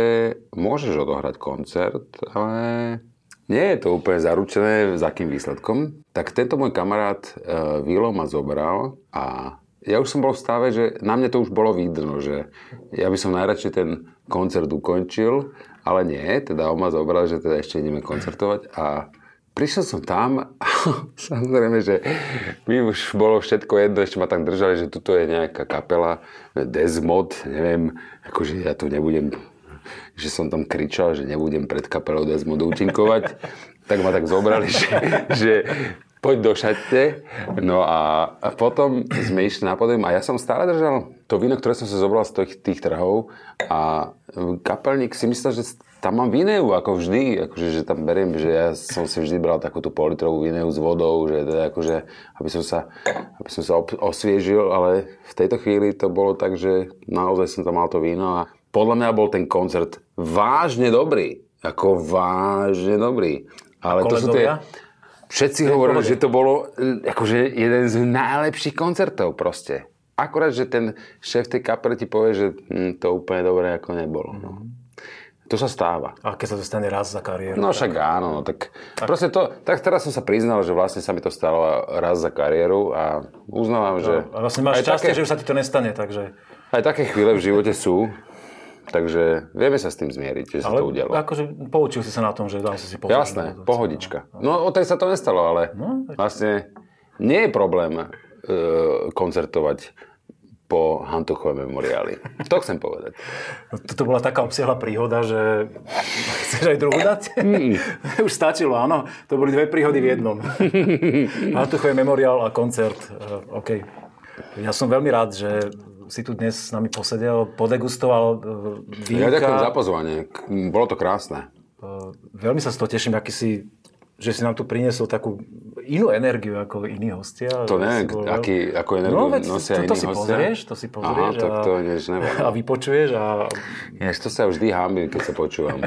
môžeš odohrať koncert, ale nie je to úplne zaručené, za akým výsledkom. Tak tento môj kamarát e, Vilo ma zobral a ja už som bol v stave, že na mne to už bolo vidno, že ja by som najradšej ten koncert ukončil, ale nie, teda on ma zobral, že teda ešte ideme koncertovať a prišiel som tam a samozrejme, že mi už bolo všetko jedno, ešte ma tam držali, že tuto je nejaká kapela, Desmod, neviem, akože ja tu nebudem že som tam kričal, že nebudem pred kapelou Desmodu účinkovať, tak ma tak zobrali, že, že poď do šate. No a, a potom sme išli na pódium a ja som stále držal to víno, ktoré som sa zobral z tých, tých trhov a e, kapelník si myslel, že tam mám vineu, ako vždy, akože, že tam beriem, že ja som si vždy bral takúto politrovú vineu s vodou, že teda akože, aby som sa, aby som sa ob- osviežil, ale v tejto chvíli to bolo tak, že naozaj som tam mal to víno a podľa mňa bol ten koncert vážne dobrý. Ako vážne dobrý. Ale to sú tie...
kolegovia?
Všetci hovorili, že to bolo eh, akože jeden z najlepších koncertov proste. Akorát, že ten šéf tej kapre ti povie, že hm, to úplne dobre ako nebolo. No.
Mhm.
To sa stáva.
A keď sa to stane raz za kariéru.
No však áno, no tak, tak proste to, tak teraz som sa priznal, že vlastne sa mi to stalo raz za kariéru a uznávam, že...
A vlastne máš
aj
šťastie,
také-
že už sa ti to nestane, takže...
aj také chvíle v živote sú, takže vieme sa s tým zmieriť, že sa to udialo.
akože poučil si sa na tom, že dal si si pozor.
Jasné,
na budúce.
pohodička. No odtedy sa to nestalo, ale vlastne nie je problém e, koncertovať po Hantuchovej memoriáli. To chcem povedať.
No, toto bola taká obsiahla príhoda, že chceš aj druhú dať?
Mm.
Už stačilo, áno. To boli dve príhody v jednom. Hantuchové memoriál a koncert. Eh, OK. Ja som veľmi rád, že si tu dnes s nami posedel, podegustoval eh,
Ja
vínka.
ďakujem za pozvanie. K- Bolo to krásne.
Eh, Veľmi sa z toho teším, aký si že si nám tu priniesol takú inú energiu ako iní hostia.
To neviem,
Si bol veľ- No,
aký, akú energiu
veď
nosia
to, to
iní
si
hostia.
pozrieš, to si pozrieš
Aha, tak to než neviem.
a vypočuješ a
Ináč to sa vždy hámbim, keď sa počúvam.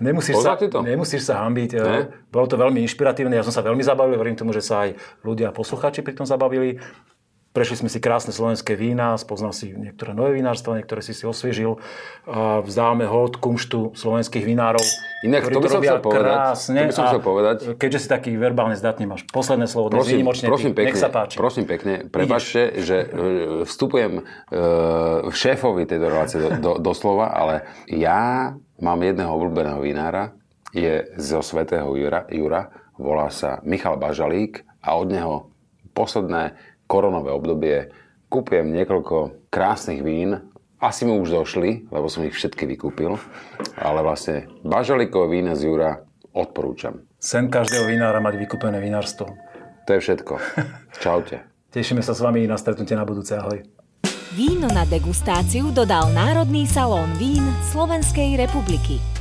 Nemusíš sa,
Poznáte to?
nemusíš sa hambiť. e,
Ne?
Bolo to veľmi inšpiratívne, ja som sa veľmi zabavil, verím tomu, že sa aj ľudia a poslucháči pri tom zabavili. Prešli sme si krásne slovenské vína, spoznal si niektoré nové vinárstva, niektoré si si osviežil. A Vzdávame hold kumštu slovenských vinárov,
Inak
ktorí
to by som
robia
chcel povedať,
krásne.
to by som
A
chcel povedať.
Keďže si taký verbálne zdatný, máš posledné slovo, dnes
Prosím,
výnimočne
prosím
ty.
pekne,
Nech sa páči.
prosím pekne, prepačte, že e, vstupujem e, šéfovi tejto relácie do, do, do slova, ale ja mám jedného obľúbeného vinára, je zo svätého Jura, Jura, volá sa Michal Bažalík a od neho posledné koronové obdobie kúpujem niekoľko krásnych vín, asi mu už došli, lebo som ich všetky vykúpil, ale vlastne Bažalíkové vína z Jura odporúčam.
Sen každého vinára mať vykúpené vinárstvo.
To je všetko. Čaute.
Tešíme sa s vami na stretnutie na budúce. Ahoj.
Víno na degustáciu dodal Národný salón vín Slovenskej republiky.